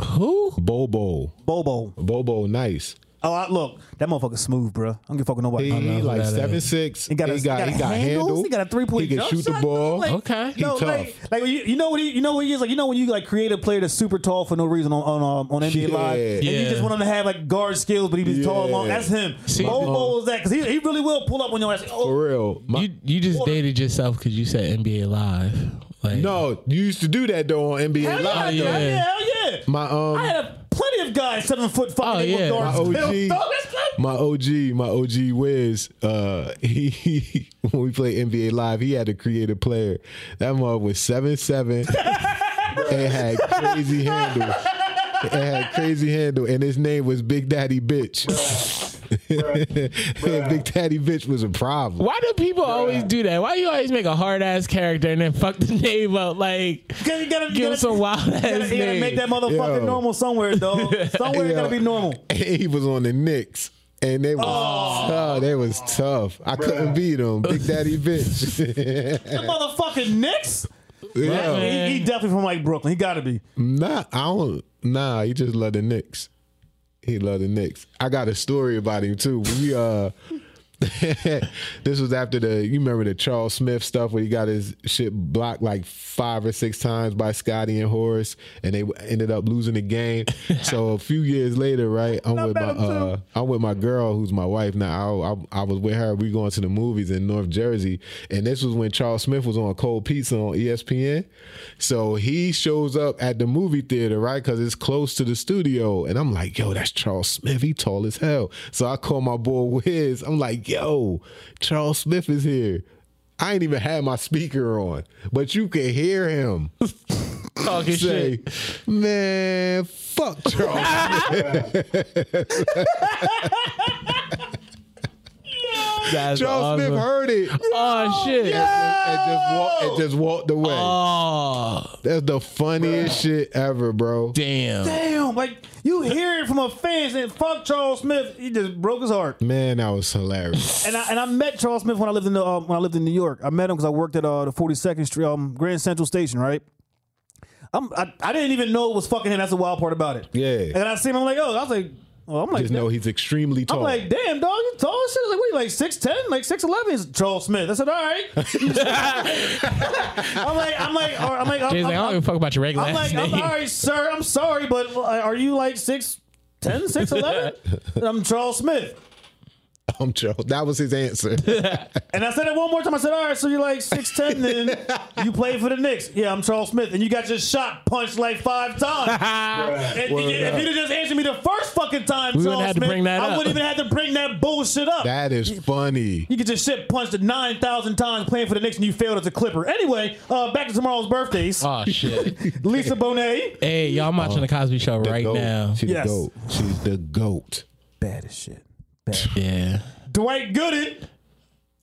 who? Bobo. Bobo. Bobo nice. Oh, I, look, that motherfucker's smooth, bro. I don't give a fuck what nobody. He I know. like that seven is. six. He got, a, he got, he got handles. handle. He got a three point He can jump shoot the shot, ball. Like, Okay. He no, tough. like, like you, you know what he, you know what he is like. You know when you like create a player that's super tall for no reason on on um, on NBA Yeah. Live, and you Yeah. just want him to have like guard skills, but he was tall. Yeah. Long. That's him. See, uh-huh. Bobo was that because he, he really will pull up on your ass. For Oh, real. My- You you just dated yourself because you said NBA Live. Like no, you used to do that though on NBA hell yeah, Live. Oh, yeah. yeah, hell yeah, hell yeah. My I um had a, plenty of guys seven foot five. Oh, they were yeah. guard My skills. OG. Dog, that's good. my OG, my OG Wiz, uh he, he when we played NBA Live, he had a creative player. That mother was seven seven and had crazy handle. It had crazy handle and his name was Big Daddy Bitch. Big Daddy Bitch was a problem. Why do people always do that? Why you always make a hard ass character and then fuck the name up? Like, 'Cause you gotta, you give gotta, him some wild ass you gotta, you gotta name. make that motherfucker Yo. normal somewhere, dog. Somewhere it gotta be normal. he was on the Knicks. And they was tough. They was tough. I couldn't beat them. Big Daddy bitch. The motherfucking Knicks. Oh, yeah. Man. He, he definitely from like Brooklyn. He gotta be. Nah, I don't nah, he just loved the Knicks. He loved the Knicks. I got a story about him too. We uh this was after the you remember the Charles Smith stuff where he got his shit blocked like five or six times by Scotty and Horace, and they ended up losing the game. so a few years later, right, I'm with my uh, I'm with my girl who's my wife now. I, I I was with her. We going to the movies in North Jersey, and this was when Charles Smith was on Cold Pizza on E ESPN. So he shows up at the movie theater, right, because it's close to the studio, and I'm like, yo, that's Charles Smith. He tall as hell. So I call my boy Wiz. I'm like, yo, Charles Smith is here. I ain't even had my speaker on, but you can hear him Talking say, shit. man, fuck Charles Smith. That's Charles awesome. Smith heard it. And, Oh shit. and just walked, and just walked away. Uh, Oh That's the funniest shit ever, bro. damn. Damn, like you hear it from a fan saying "fuck Charles Smith," he just broke his heart. Man, that was hilarious. And I and I met Charles Smith when I lived in the, uh, when I lived in New York. I met him because I worked at uh, the 42nd Street um, Grand Central Station, right? I'm, I, I didn't even know it was fucking him. That's the wild part about it. Yeah. And then I see him. I'm like, oh, I was like, well, I'm like, Just know he's extremely I'm tall. like, damn, dog, you tall as shit. I was Like, what are you like six ten, like six eleven? Is Charles Smith? I said, all right. I'm like, I'm like, all right, I'm like, I'm, Jay's like, I don't I'm, give a fuck about your regular I'm ass like, I'm, name. all right, sir. I'm sorry, but uh, are you like six ten, six eleven? I'm Charles Smith. I'm Charles. That was his answer. And I said it one more time. I said, all right, so you're like 6'10 and you played for the Knicks. Yeah, I'm Charles Smith. And you got your shot punched like five Ah. times. and Word if up. you'd have just answered me the first fucking time, We wouldn't Charles have to Smith, bring that I up. wouldn't even have to bring that bullshit up. that is funny. you get your shit punched 9,000 times playing for the Knicks and you failed as a Clipper. Anyway, uh, back to tomorrow's birthdays. Oh shit. Lisa Bonet. hey, y'all I'm watching the Cosby show The right goat. now. She's Yes. the goat. She's the goat. Bad as shit. Yeah. Dwight Gooden.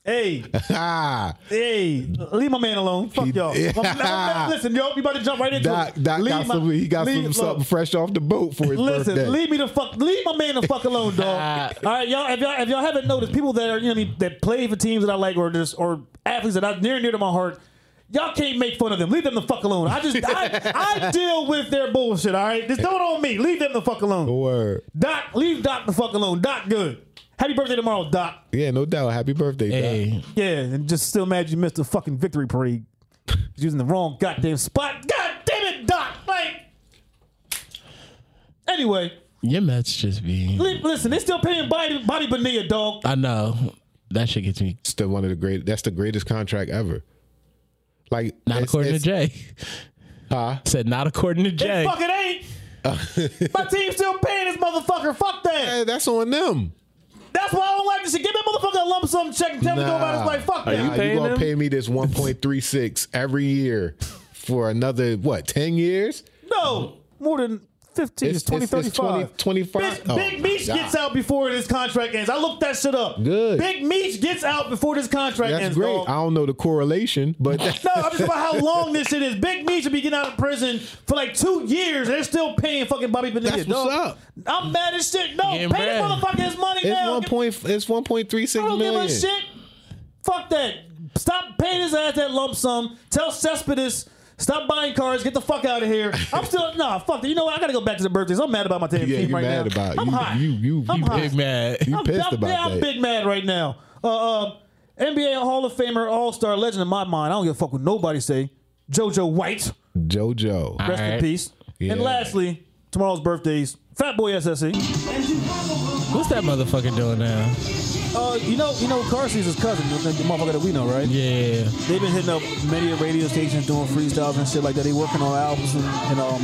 Hey, Ah, hey, leave my man alone. Fuck y'all. I'm- I'm- listen, yo, you about to jump right into Doc, it. Doc Leave got my- some, he got leave- some, look. something fresh off the boat for his Listen, birthday. leave me the fuck, leave my man the fuck alone, dog. All right, y'all. If y'all if y'all haven't noticed, people that are you know what I mean, that play for teams that I like or just or athletes that I near and dear to my heart, y'all can't make fun of them. Leave them the fuck alone. I just I, I deal with their bullshit. All right, just throw it on me. Leave them the fuck alone. Word. Doc, leave Doc the fuck alone. Doc, good. Happy birthday tomorrow, Doc. Yeah, no doubt. Happy birthday, Doc. Hey. Yeah, and just still mad you missed the fucking victory parade. Using the wrong goddamn spot. God damn it, Doc. Like. Anyway, Your Mets just be li- listen, they still paying Bobby, Bobby Bonilla, dog. I know. That shit gets me It's the one of the great. That's the greatest contract ever. Like not it's- according to it's- Jay. Huh? Said not according to It Jay. fucking ain't. My team still paying this motherfucker. Fuck that. Hey, eh, that's on them. That's why I don't like this shit. Give that motherfucker a lump sum check and tell me to go about his Nah. life. Fuck Are that. you Nah, paying gonna them? pay me this one point three six every year for another what ten years? No, more than 15, It's- it's, 20, it's- it's 20, 35. 25. Bitch, Oh, Big Meech God. gets out before this contract ends. I looked that shit up. Good. Big Meech gets out before this contract That's ends. great. dog. I don't know the correlation, but No, I'm just about how long this shit is. Big Meech should be getting out of prison for like two years. They're still paying fucking Bobby Bonilla. That's dog. what's up. I'm mad as shit. No, pay Getting bread. this motherfucker his money it's now. one point. It's one point three six I don't million. give a shit. Fuck that. Stop paying his ass that lump sum. Tell Cespedes, stop buying cars. Get the fuck out of here. I'm still nah. Fuck that. You know what? I gotta go back to the birthdays. I'm mad about my damn Yeah, team you right mad now. about it. I'm You- hot. you- you- I'm you hot. Big mad. You I'm, pissed I'm- about yeah, I'm that? big mad right now. Uh, uh, NBA Hall of Famer, All Star legend in my mind. I don't give a fuck what nobody say. JoJo White, JoJo. rest in right. peace. And Yeah. last,ly tomorrow's birthdays. Fat Boy SSE. What's that motherfucker doing now? Uh, you know, you know, Carsey's his cousin, the the motherfucker that we know, right? Yeah. They've been hitting up many radio stations doing freestyles and shit like that. They working on albums and, and um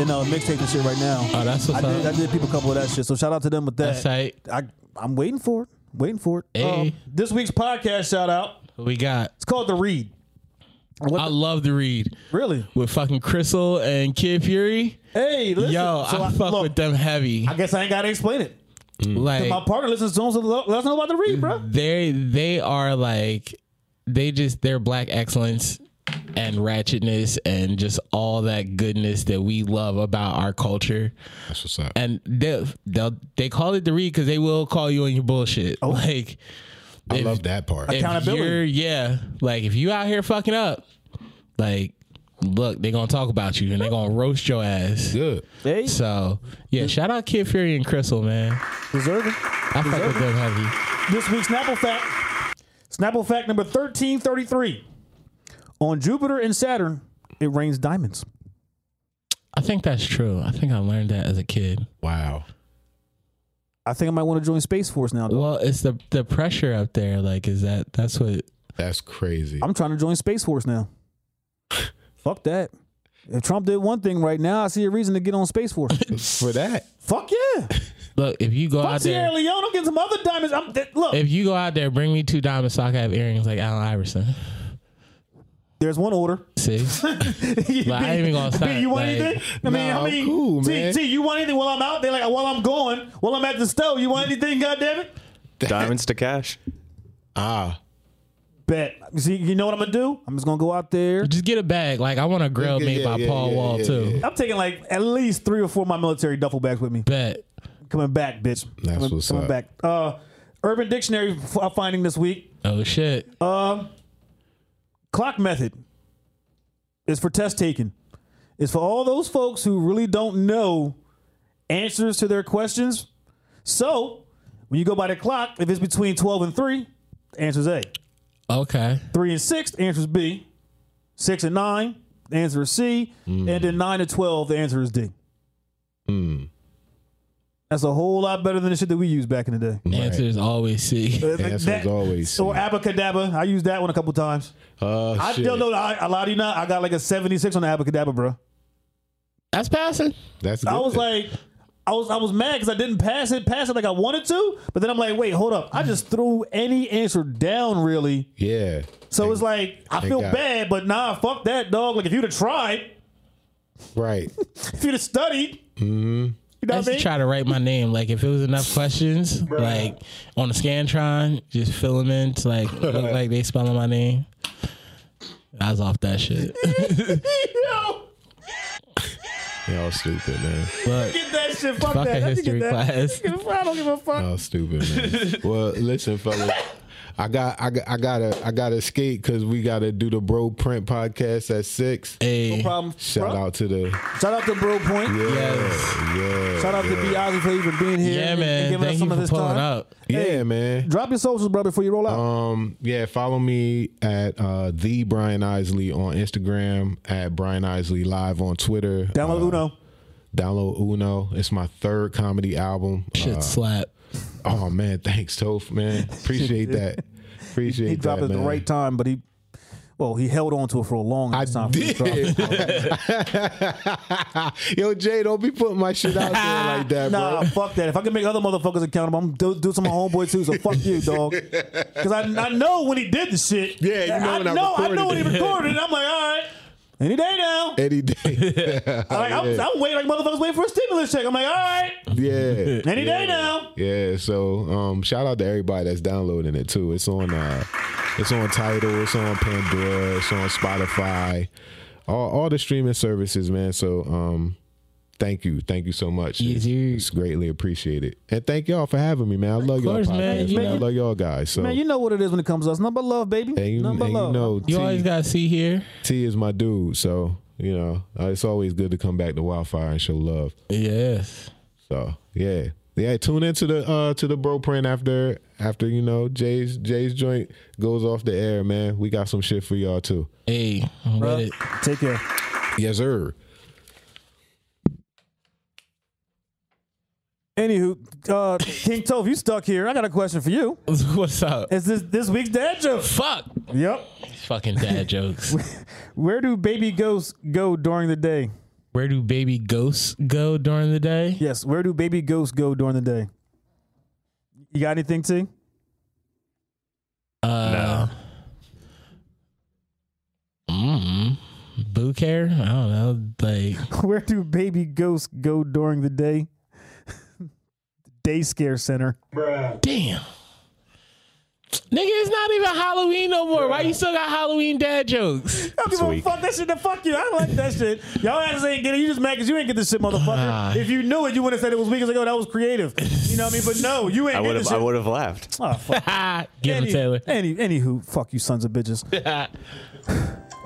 and uh, mixtapes and shit right now. Oh, that's what's I did, I up. did peep a couple of that shit. So shout out to them with that. That's tight. I I'm waiting for it. Waiting for it. Um, Hey. this week's podcast shout out. What we got? It's called the Read. What I the- love the read really? with fucking Crystal and Kid Fury. Hey, listen. Yo, So I, fuck look, with them heavy. I guess I ain't gotta explain it. like My partner listens to them, so let let us know about the Read, bro. they they are like they just they're black excellence and ratchetness and just all that goodness that we love about our culture. That's what's up. And they they they call it the read because they will call you on your bullshit. Oh. Like I love that part. if Accountability. you're- yeah, like if you out here fucking up, like look, they're gonna talk about you and they're gonna roast your ass. Good. Hey, So yeah, shout out Kid Fury and Crystal, man. deserving. I fuck with them heavy. this week's Snapple fact. Snapple fact number 1333. On Jupiter and Saturn, it rains diamonds. I think that's true. I think I learned that as a kid. Wow. I think I might want to join Space Force now. Though. Well, it's the the pressure up there. Like, is that that's what? That's crazy. I'm trying to join Space Force now. Fuck that. If Trump did one thing right now, I see a reason to get on Space Force. For that. Fuck yeah. Look, if you go Fuck out Sierra there, Leone. I'm getting some other diamonds. I'm, th- look, if you go out there, bring me two diamond sock have earrings like Allen Iverson. there's one order. See, Like, I ain't even gonna B, stop, you want like- anything? I mean, Oh, Nah, I mean, cool, T, man. T, you want anything while I'm out there? Like while I'm going, while I'm at the stove, you want anything? God damn it! Diamonds to cash. Ah. Bet. See, you know what I'm gonna do? I'm just gonna go out there. just get a bag. Like, I want a grill Yeah, made yeah, by yeah, Paul yeah, Wall yeah, too. yeah. I'm taking like at least three or four of my military duffel bags with me. Bet. Coming back, bitch. That's coming, what's coming up. back. Uh, Urban Dictionary f- uh, finding this week: Oh shit. clock method is for test taking. It's for all those folks who really don't know answers to their questions. So when you go by the clock, if it's between 12 and 3, the answer's A. Okay. Three and six, the answer is B. Six and nine, the answer is C. Hmm. And then nine to twelve, the answer is D. That's a whole lot better than the shit that we used back in the day. The Answer is always C. Answer's That- always C. Or abacadabra. I used that one a couple times. Oh, I shit. still know. I, I lied to you not. I got like a seventy-six on the abacadabra, bro. That's passing. That's I good. was like, I was I was mad because I didn't pass it, pass it like I wanted to. But then I'm like, wait, hold up. I just threw any answer down, really. yeah. So it's like I Thank feel God. bad, but nah, fuck that, dog. Like if you'd have tried, Right. if you'd have studied, you know I what I used to mean? try to write my name. Like, if it was enough questions, like on the Scantron, just fill them in to like look like they spelling my name. I was off that shit. Yo, Y'all stupid, man. But get that shit. Fuck, that. fuck a I think history get that. class. I don't give a fuck. Y'all stupid, man. well, listen, fellas. I got, I got, I gotta, I gotta skate because we gotta do the Bro Print podcast at six. Hey, Problem. Shout Um, bro. out to the Shout out to Bro Point. yeah, Yes. yeah, Shout out to B. Ozzy for even being here. yeah, and- And man. giving us Thank some you of for his pulling time. up. yeah, man. Drop your socials, bro, before you roll out. Um, yeah, follow me at uh the Brian Isley on Instagram, at Brian Isley Live on Twitter. Download Uh, Uno. Download Uno. It's my third comedy album. Shit Uh, slap. oh man, thanks, Toph, man. Appreciate that. Appreciate He dropped that, it at the man. right time, but he, well, he held on to it for a long I time. did. For it to drop. Yo, Jay, don't be putting my shit out there like that, Nah, bro. fuck that. If I can make other motherfuckers accountable, I'm do, do some of my homeboy too. So fuck you, dog. Because I, I know when he did the shit. Yeah, you know I when I know I know recorded when he it. recorded it. I'm like, all right, any day now. Any day. Like, I'm, yeah. I'm waiting like motherfuckers waiting for a stimulus check. I'm like, all right, Yeah. any day now. Yeah, so um, shout out to everybody that's downloading it too. It's on uh, it's on Tidal, it's on Pandora, it's on Spotify, all, all the streaming services, man. So um, thank you, thank you so much. It's, Easy. it's greatly appreciated, and thank y'all for having me, man. I love y'all, course, man. podcast, You man. I know- love y'all guys. So Man, you know what it is when it comes to us. Nothing but love, baby. and you, Nothing but and you love. know, T, You always got to see here. T is my dude, so you know uh, it's always good to come back to Wildfire and show love. Yes. So yeah, yeah. Tune into the uh to the bro print after after you know Jay's Jay's joint goes off the air, man. We got some shit for y'all too. Hey, I'm with it. Take care. Yes, sir. Anywho, uh, King Tove, you stuck here. I got a question for you. What's up? Is this this week's dad joke? Fuck. Yep. Fucking dad jokes. Where do baby ghosts go during the day? Where do baby ghosts go during the day? Yes. Where do baby ghosts go during the day? You got anything, T? Uh, Mm, boo care? I don't know. Like, Where do baby ghosts go during the day? day scare center. damn. Nigga, it's not even Halloween no more. Why you still got Halloween dad I jokes? don't give a Sweet. fuck that shit. Then fuck you. I don't like that shit. Y'all asses ain't get it. You just mad because you ain't get this shit, motherfucker. Ah. if you knew it, you would have said it was weeks ago. That was creative. You know what I mean? But no, you I ain't get would this have. I shit. would have laughed. Oh, fuck. Ha! Ah, Give him Any- Taylor. Any, anywho, fuck you, sons of bitches.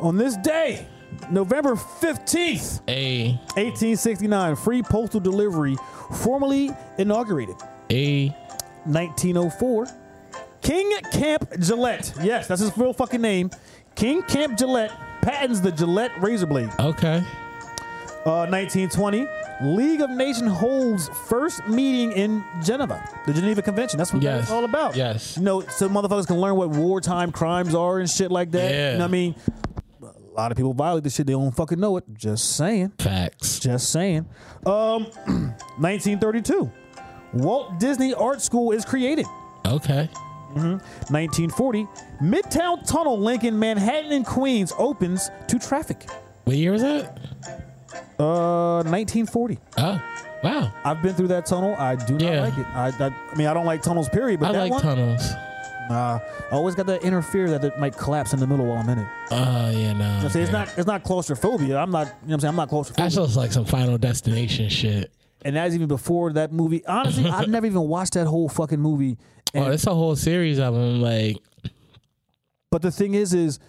On this day, November 15th, Hey, 1869, free postal E, delivery formally inaugurated. hey, 1904, King Camp Gillette. Yes, that's his real fucking name. King Camp Gillette patents the Gillette razor blade. Okay. Uh, 1920, League of Nations holds first meeting in Geneva, the Geneva Convention. That's what Yes. that's all about. Yes. You know, so motherfuckers can learn what wartime crimes are and shit like that. Yeah. You know what I mean? A lot of people violate this shit. They don't fucking know it. Just saying. Facts. Just saying. Um, 1932, Walt Disney Art School is created. Okay. 1940, Midtown Tunnel link in Manhattan and Queens opens to traffic. What year was that? Uh, 1940. Oh, wow. I've been through that tunnel. I do not Yeah. like it. I, I, I mean, I don't like tunnels, period. But I that like one, tunnels. nah, I always got that inner fear that it might collapse in the middle while I'm in it. Oh, yeah, no. I say it's not, it's not claustrophobia. I'm not, you know, what I'm saying I'm not claustrophobic. That's just like some Final Destination shit. and that's even before that movie. Honestly, I've never even watched that whole fucking movie. Oh, it's a whole series of them. Like, But the thing is, is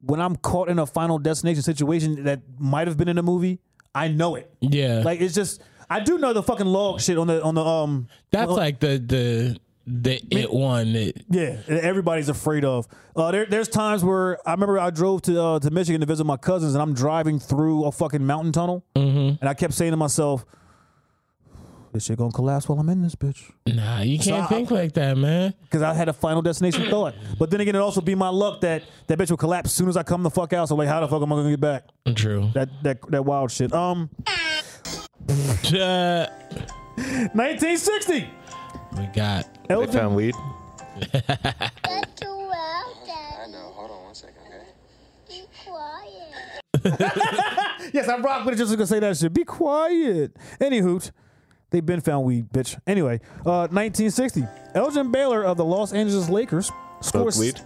when I'm caught in a final destination situation that might have been in a movie, I know it. yeah, Like it's just I do know the fucking log shit on the on the um that's well- like the the the it one. That, yeah that everybody's afraid of. Uh, there, there's times where I remember I drove to uh, to Michigan to visit my cousins and I'm driving through a fucking mountain tunnel and I kept saying to myself, "This shit gonna collapse while I'm in this bitch." nah, you can't I- think like that, man. Because I had a final destination thought. But then again, it also be my luck that that bitch will collapse soon as I come the fuck out. So like, how the fuck am I gonna get back? True. That that that wild shit. Um, Uh, 1960. we got They Elgin, found weed. too well I then. know. Hold on one second, okay? Be quiet. Yes, I rock with it just gonna say that shit. Be quiet. Any hoot. They've been found weed, bitch. Anyway, uh, 1960. Elgin Baylor of the Los Angeles Lakers Smoke scores. weed.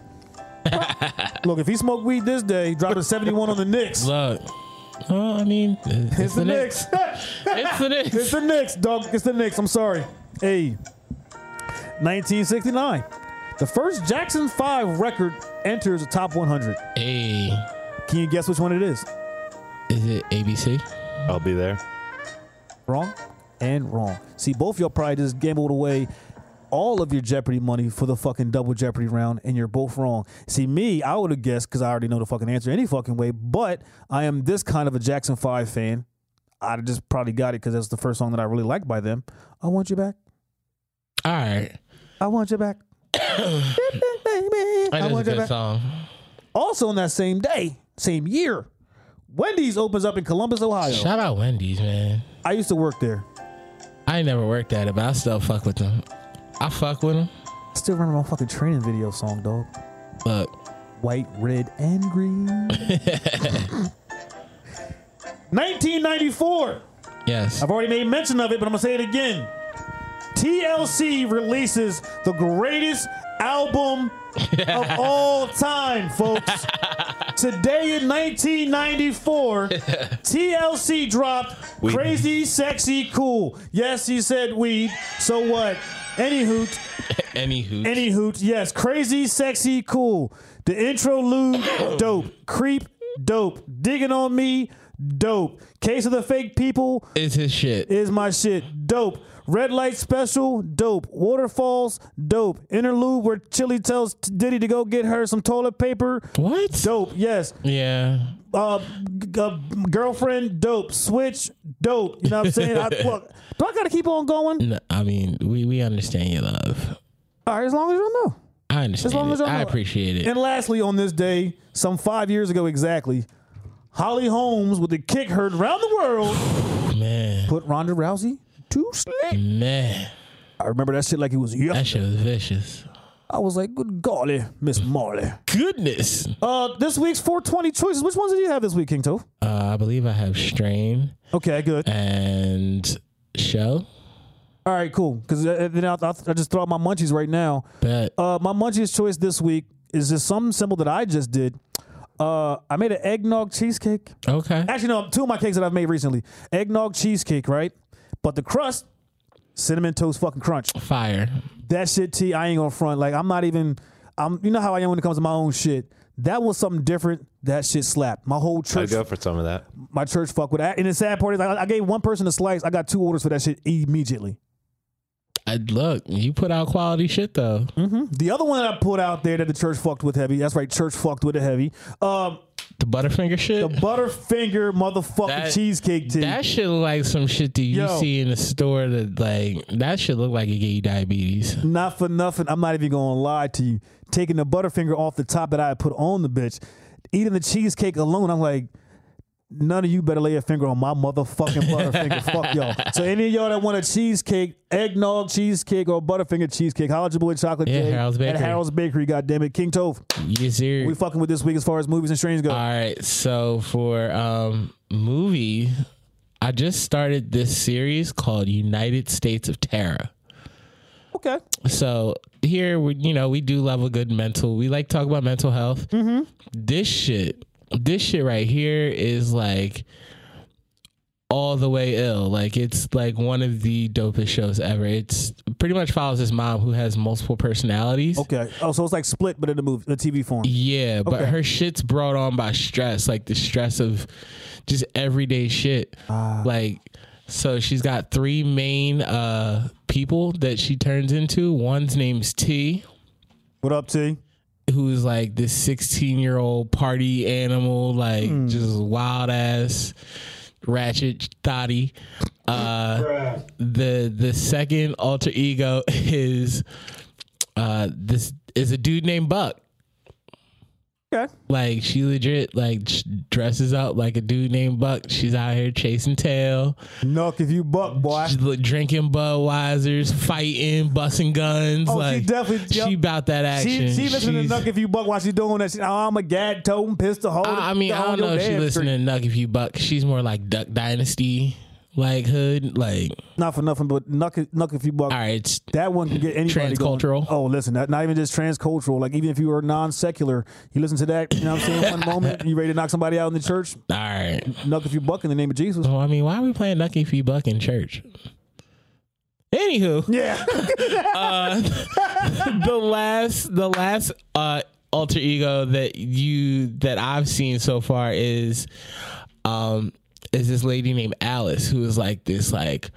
Look, if he smoked weed this day, he dropped a 71 on the Knicks. look. Oh, I mean, it's, It's the Knicks. It's the Knicks. it's the Knicks, dog. It's the Knicks. I'm sorry. Hey. 1969. The first Jackson 5 record enters the top 100. Hey, Can you guess which one it is? is it ABC? I'll be there. Wrong and wrong. See, both y'all probably just gambled away all of your Jeopardy money for the fucking double Jeopardy round, and you're both wrong. See, me, I would have guessed because I already know the fucking answer any fucking way, but I am this kind of a Jackson 5 fan. I just probably got it because that's the first song that I really liked by them. I want you back. All right, I want you back. Baby, that I is a want you good back. song. Also, on that same day, same year, Wendy's opens up in Columbus, Ohio. Shout out Wendy's, man. I used to work there. I ain't never worked at it, but I still fuck with them. I fuck with them. I still remember my fucking training video song, dog. Look, white, red, and green. 1994. yes, I've already made mention of it, but I'm gonna say it again. TLC releases the greatest album of all time, folks. Today in 1994, TLC dropped Crazy Sexy Cool. Yes, he said weed. So what? Any hoot, anywho, any hoot, yes. Crazy, sexy, cool. The interlude, dope. Creep, dope. Digging on me, dope. Case of the fake people is his shit. is my shit, dope. Red light special, dope. Waterfalls, dope. Interlude where Chili tells Diddy to go get her some toilet paper, What? dope. Yes. Yeah. Uh, g- g- girlfriend, dope. Switch, dope. You know what I'm saying? I, look, do I gotta keep on going? No, I mean, we, we understand your love. All right, as long as you know. I understand. As long it. as y'all I know- appreciate it. And lastly, on this day, some five years ago exactly, Holly Holmes with the kick heard around the world Man, put Ronda Rousey to sleep. man, I remember that shit like it was that yesterday. shit was vicious. I was like, good golly, Miss Marley. Goodness. Uh, this week's 420 choices. Which ones did you have this week, King Tove? Uh, I believe I have strain Okay, good. and show. All right, cool. Because then I, I, I just throw out my munchies right now. But Uh, my munchies choice this week is just some symbol that I just did. Uh, I made an eggnog cheesecake. okay, Actually, no, two of my cakes that I've made recently eggnog cheesecake, right? But the crust, cinnamon toast fucking crunch. fire. That shit, T, I ain't gonna front. Like, I'm not even, I'm, you know how I am when it comes to my own shit. That was something different. That shit slapped. My whole I'd church, go for some of that. my church fuck with that. And the sad part is, I, I gave one person a slice. I got two orders for that shit immediately. I, look, you put out quality shit though. Mm-hmm. The other one that I put out there that the church fucked with heavy. That's right, church fucked with it heavy. Um, The Butterfinger shit. the Butterfinger motherfucking That- cheesecake tea. that shit look like some shit that you Yo. see in the store. That like that shit look like it gave you diabetes. not for nothing. I'm not even gonna lie to you. Taking the Butterfinger off the top that I had put on the bitch, eating the cheesecake alone. I'm like. None of you better lay a finger on my motherfucking butterfinger. Fuck y'all. So any of y'all that want a cheesecake, eggnog cheesecake or butterfinger cheesecake, holla at your boy Chocolate Yeah, J Harold's at Bakery. Harold's Bakery. God damn it, King Tove. Yes, sir. We fucking with this week as far as movies and streams go. All right, so for um movie, I just started this series called United States of Terror. okay. So here we, you know, we do love a good mental. We like to talk about mental health. Mm-hmm. This shit, this shit right here is like all the way ill. Like it's like one of the dopest shows ever. It's pretty much follows this mom who has multiple personalities. Okay. Oh, so it's like split, but in the movie, the TV form. Yeah, but Okay. her shit's brought on by stress, like the stress of just everyday shit. Ah. Like, so she's got three main uh people that she turns into. One's name's T, What up, T? who's like this 16 year old party animal, like Hmm. just wild ass ratchet thotty. Uh, the the second alter ego is uh this is a dude named Buck. Okay. Like she legit like sh- dresses up like a dude named Buck. She's out here chasing tail, Knock if you buck, boy. she's li- drinking Budweisers, fighting, busting guns. Oh, she like definitely- she yep. about that action. She, she listening to She's- Knock if you buck while she doing that shit. Oh, I'm a gad toting pistol holder. I, I mean, I down don't your know if she damn listening street. to Nuck if you buck. She's more like Duck Dynasty, like hood, like Not for nothing, but Knock, knock if you buck. all right, it's- That one can get anybody Going. Transcultural. Oh, listen, that, not even just transcultural. Like even if you were non secular, you listen to that. You know what I'm saying? One moment, you ready to knock somebody out in the church? all right. Knock if you buck in the name of Jesus. Well, I mean, why are we playing Nuck if you buck in church? Anywho, Yeah. the last the last uh alter ego that you that I've seen so far is um is this lady named Alice who is like this like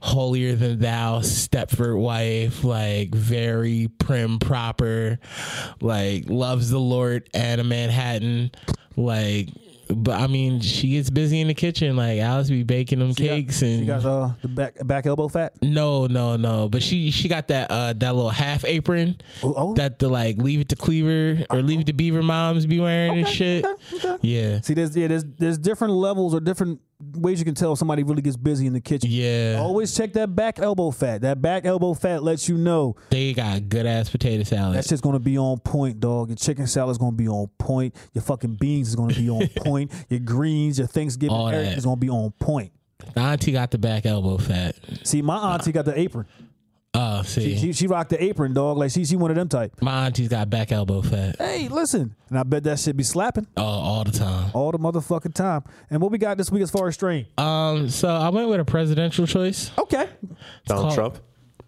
holier than thou Stepford wife, like very prim proper, like loves the Lord and a Manhattan, like but I mean she gets busy in the kitchen, like Alice be baking them cakes and you guys, uh, the back back elbow fat. no, no, no. But she she got that uh that little half apron Oh, oh. that the like leave it to Cleaver or leave it to Beaver moms be wearing and shit. Yeah. See, there's yeah, there's there's different levels or different ways you can tell if somebody really gets busy in the kitchen. Yeah. Always check that back elbow fat. That back elbow fat lets you know They got good ass potato salad. that shit's gonna be on point, dog. Your chicken salad's gonna be on point. Your fucking beans is gonna be on point. Your greens, your Thanksgiving All egg that. is gonna be on point. The auntie got the back elbow fat. See, my auntie got the apron. Oh, see. She, she rocked the apron, dog. Like she she one of them type. My auntie's got back elbow fat. Hey, listen, and I bet that shit be slapping Oh, all the time. all the motherfucking time. And what we got this week as far as strain? Um, so I went with a presidential choice. Okay, Donald called- Trump.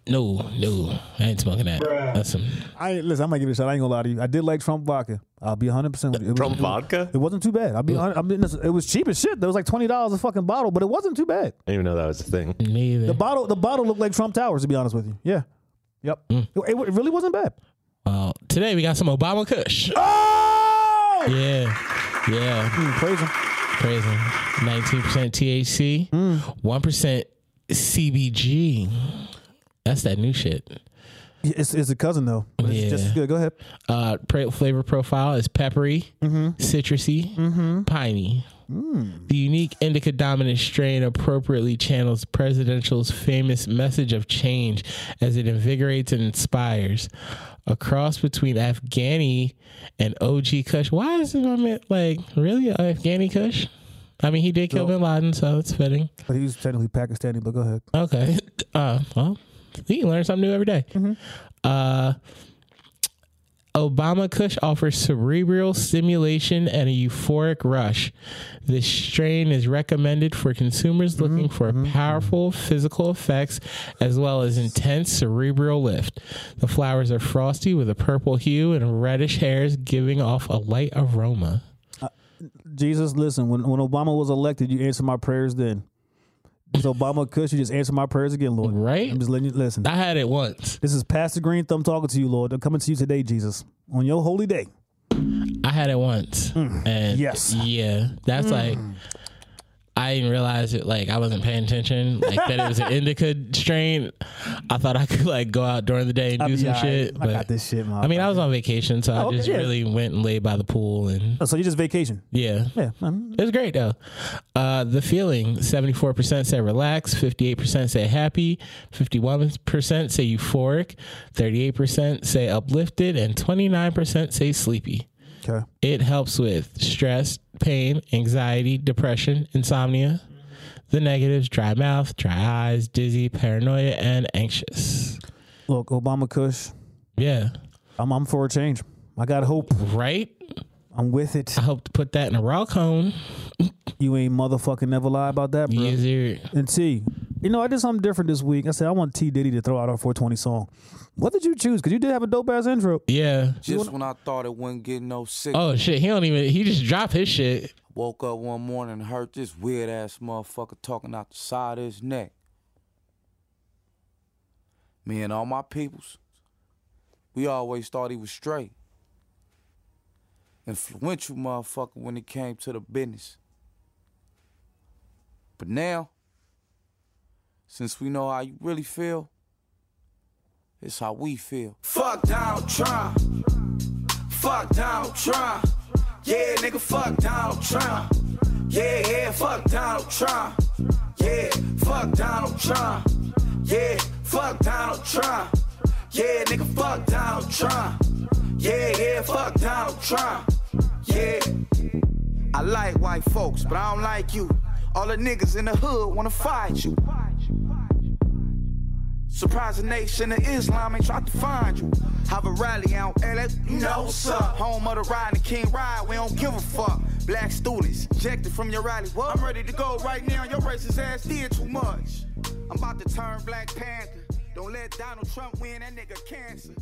No, no. I ain't smoking that. That's some I listen. I might give it a shot. I ain't gonna lie to you. I did like Trump vodka. I'll be 100 percent with you. It was- Trump it was- vodka? It wasn't too bad. I'll be. 100, I mean, listen, it was cheap as shit. There was like 20 dollars a fucking bottle, but it wasn't too bad. I didn't even know that was a thing. neither. The bottle, the bottle looked like Trump Towers. To be honest with you, yeah, yep. Mm. It, it really wasn't bad. Well, Uh, today we got some Obama Kush. Ah! Oh, Yeah. Yeah. Mm, praise him. Crazy. 19% THC, 1% CBG. That's that new shit. Yeah, It's, it's a cousin though. But it's just as Yeah. good. Go ahead. Uh, pra- flavor profile is peppery, citrusy, piney. The unique indica dominant strain appropriately channels presidential's famous message of change as it invigorates and inspires. A cross between Afghani and OG Kush. Why is it my man like really Afghani Kush? I mean, he did kill No. Bin Laden, so it's fitting. But he was technically Pakistani. But go ahead. Okay. Uh, well, you can learn something new every day. Uh, Obama Kush offers cerebral stimulation and a euphoric rush. This strain is recommended for consumers looking for powerful physical effects as well as intense cerebral lift. The flowers are frosty with a purple hue and reddish hairs, giving off a light aroma. Jesus, listen. When when Obama was elected, you answered my prayers. Then It's Obama Kush. You just answer my prayers again, Lord. Right? I'm just letting you listen. I had it once. This is Pastor Green Thumb talking to you, Lord. I'm coming to you today, Jesus, on your holy day. I had it once, and Mm. Yes. Mm. yeah, that's like I didn't realize it. Like I wasn't paying attention. Like that it was an indica strain. I thought I could like go out during the day and I'll do be some all right. shit. Uh, I But got this shit, I mean, I was on vacation, so Oh, I okay, just yeah. really went and laid by the pool, and Oh, so you just vacation? yeah, Yeah. I'm- it was great though. Uh, the feeling: seventy-four percent said relax, fifty-eight percent say happy, fifty-one percent say euphoric, thirty-eight percent say uplifted, and twenty-nine percent say sleepy. okay. It helps with stress, pain, anxiety, depression, insomnia. The negatives dry mouth, dry eyes, dizzy, paranoia, and anxious. Look, Obama Kush. Yeah. I'm, I'm for a change. I got hope. Right? I'm with it. I hope to put that in a raw cone. You ain't motherfucking never lie about that, bro. Yes, sir. And T, you know, I did something different this week. I said I want T Diddy to throw out our 420 song. What did you choose? Because you did have a dope ass intro. Yeah. Just when I thought it wouldn't get no sick, Oh shit, he don't even he just dropped his shit. woke up one morning and heard this weird ass motherfucker talking out the side of his neck. Me and all my peoples, we always thought he was straight. Influential motherfucker when it came to the business. But now, since we know how you really feel, it's how we feel. Fuck Donald Trump. Fuck Donald Trump. Yeah, nigga, fuck Donald Trump. Yeah, yeah, fuck Donald Trump. Yeah, fuck Donald Trump. Yeah, fuck Donald Trump. Yeah, nigga, fuck Donald Trump. Yeah, yeah, fuck Donald Trump. Yeah. I like white folks, but I don't like you. All the niggas in the hood wanna fight you. Surprise the nation of Islam ain't tried to find you. Have a rally out LA, you know what's up. Home of the ride and King Ride, we don't give a fuck. Black students ejected from your rally. What? I'm ready to go right now. Your racist ass did too much. I'm about to turn Black Panther. Don't let Donald Trump win that nigga cancer.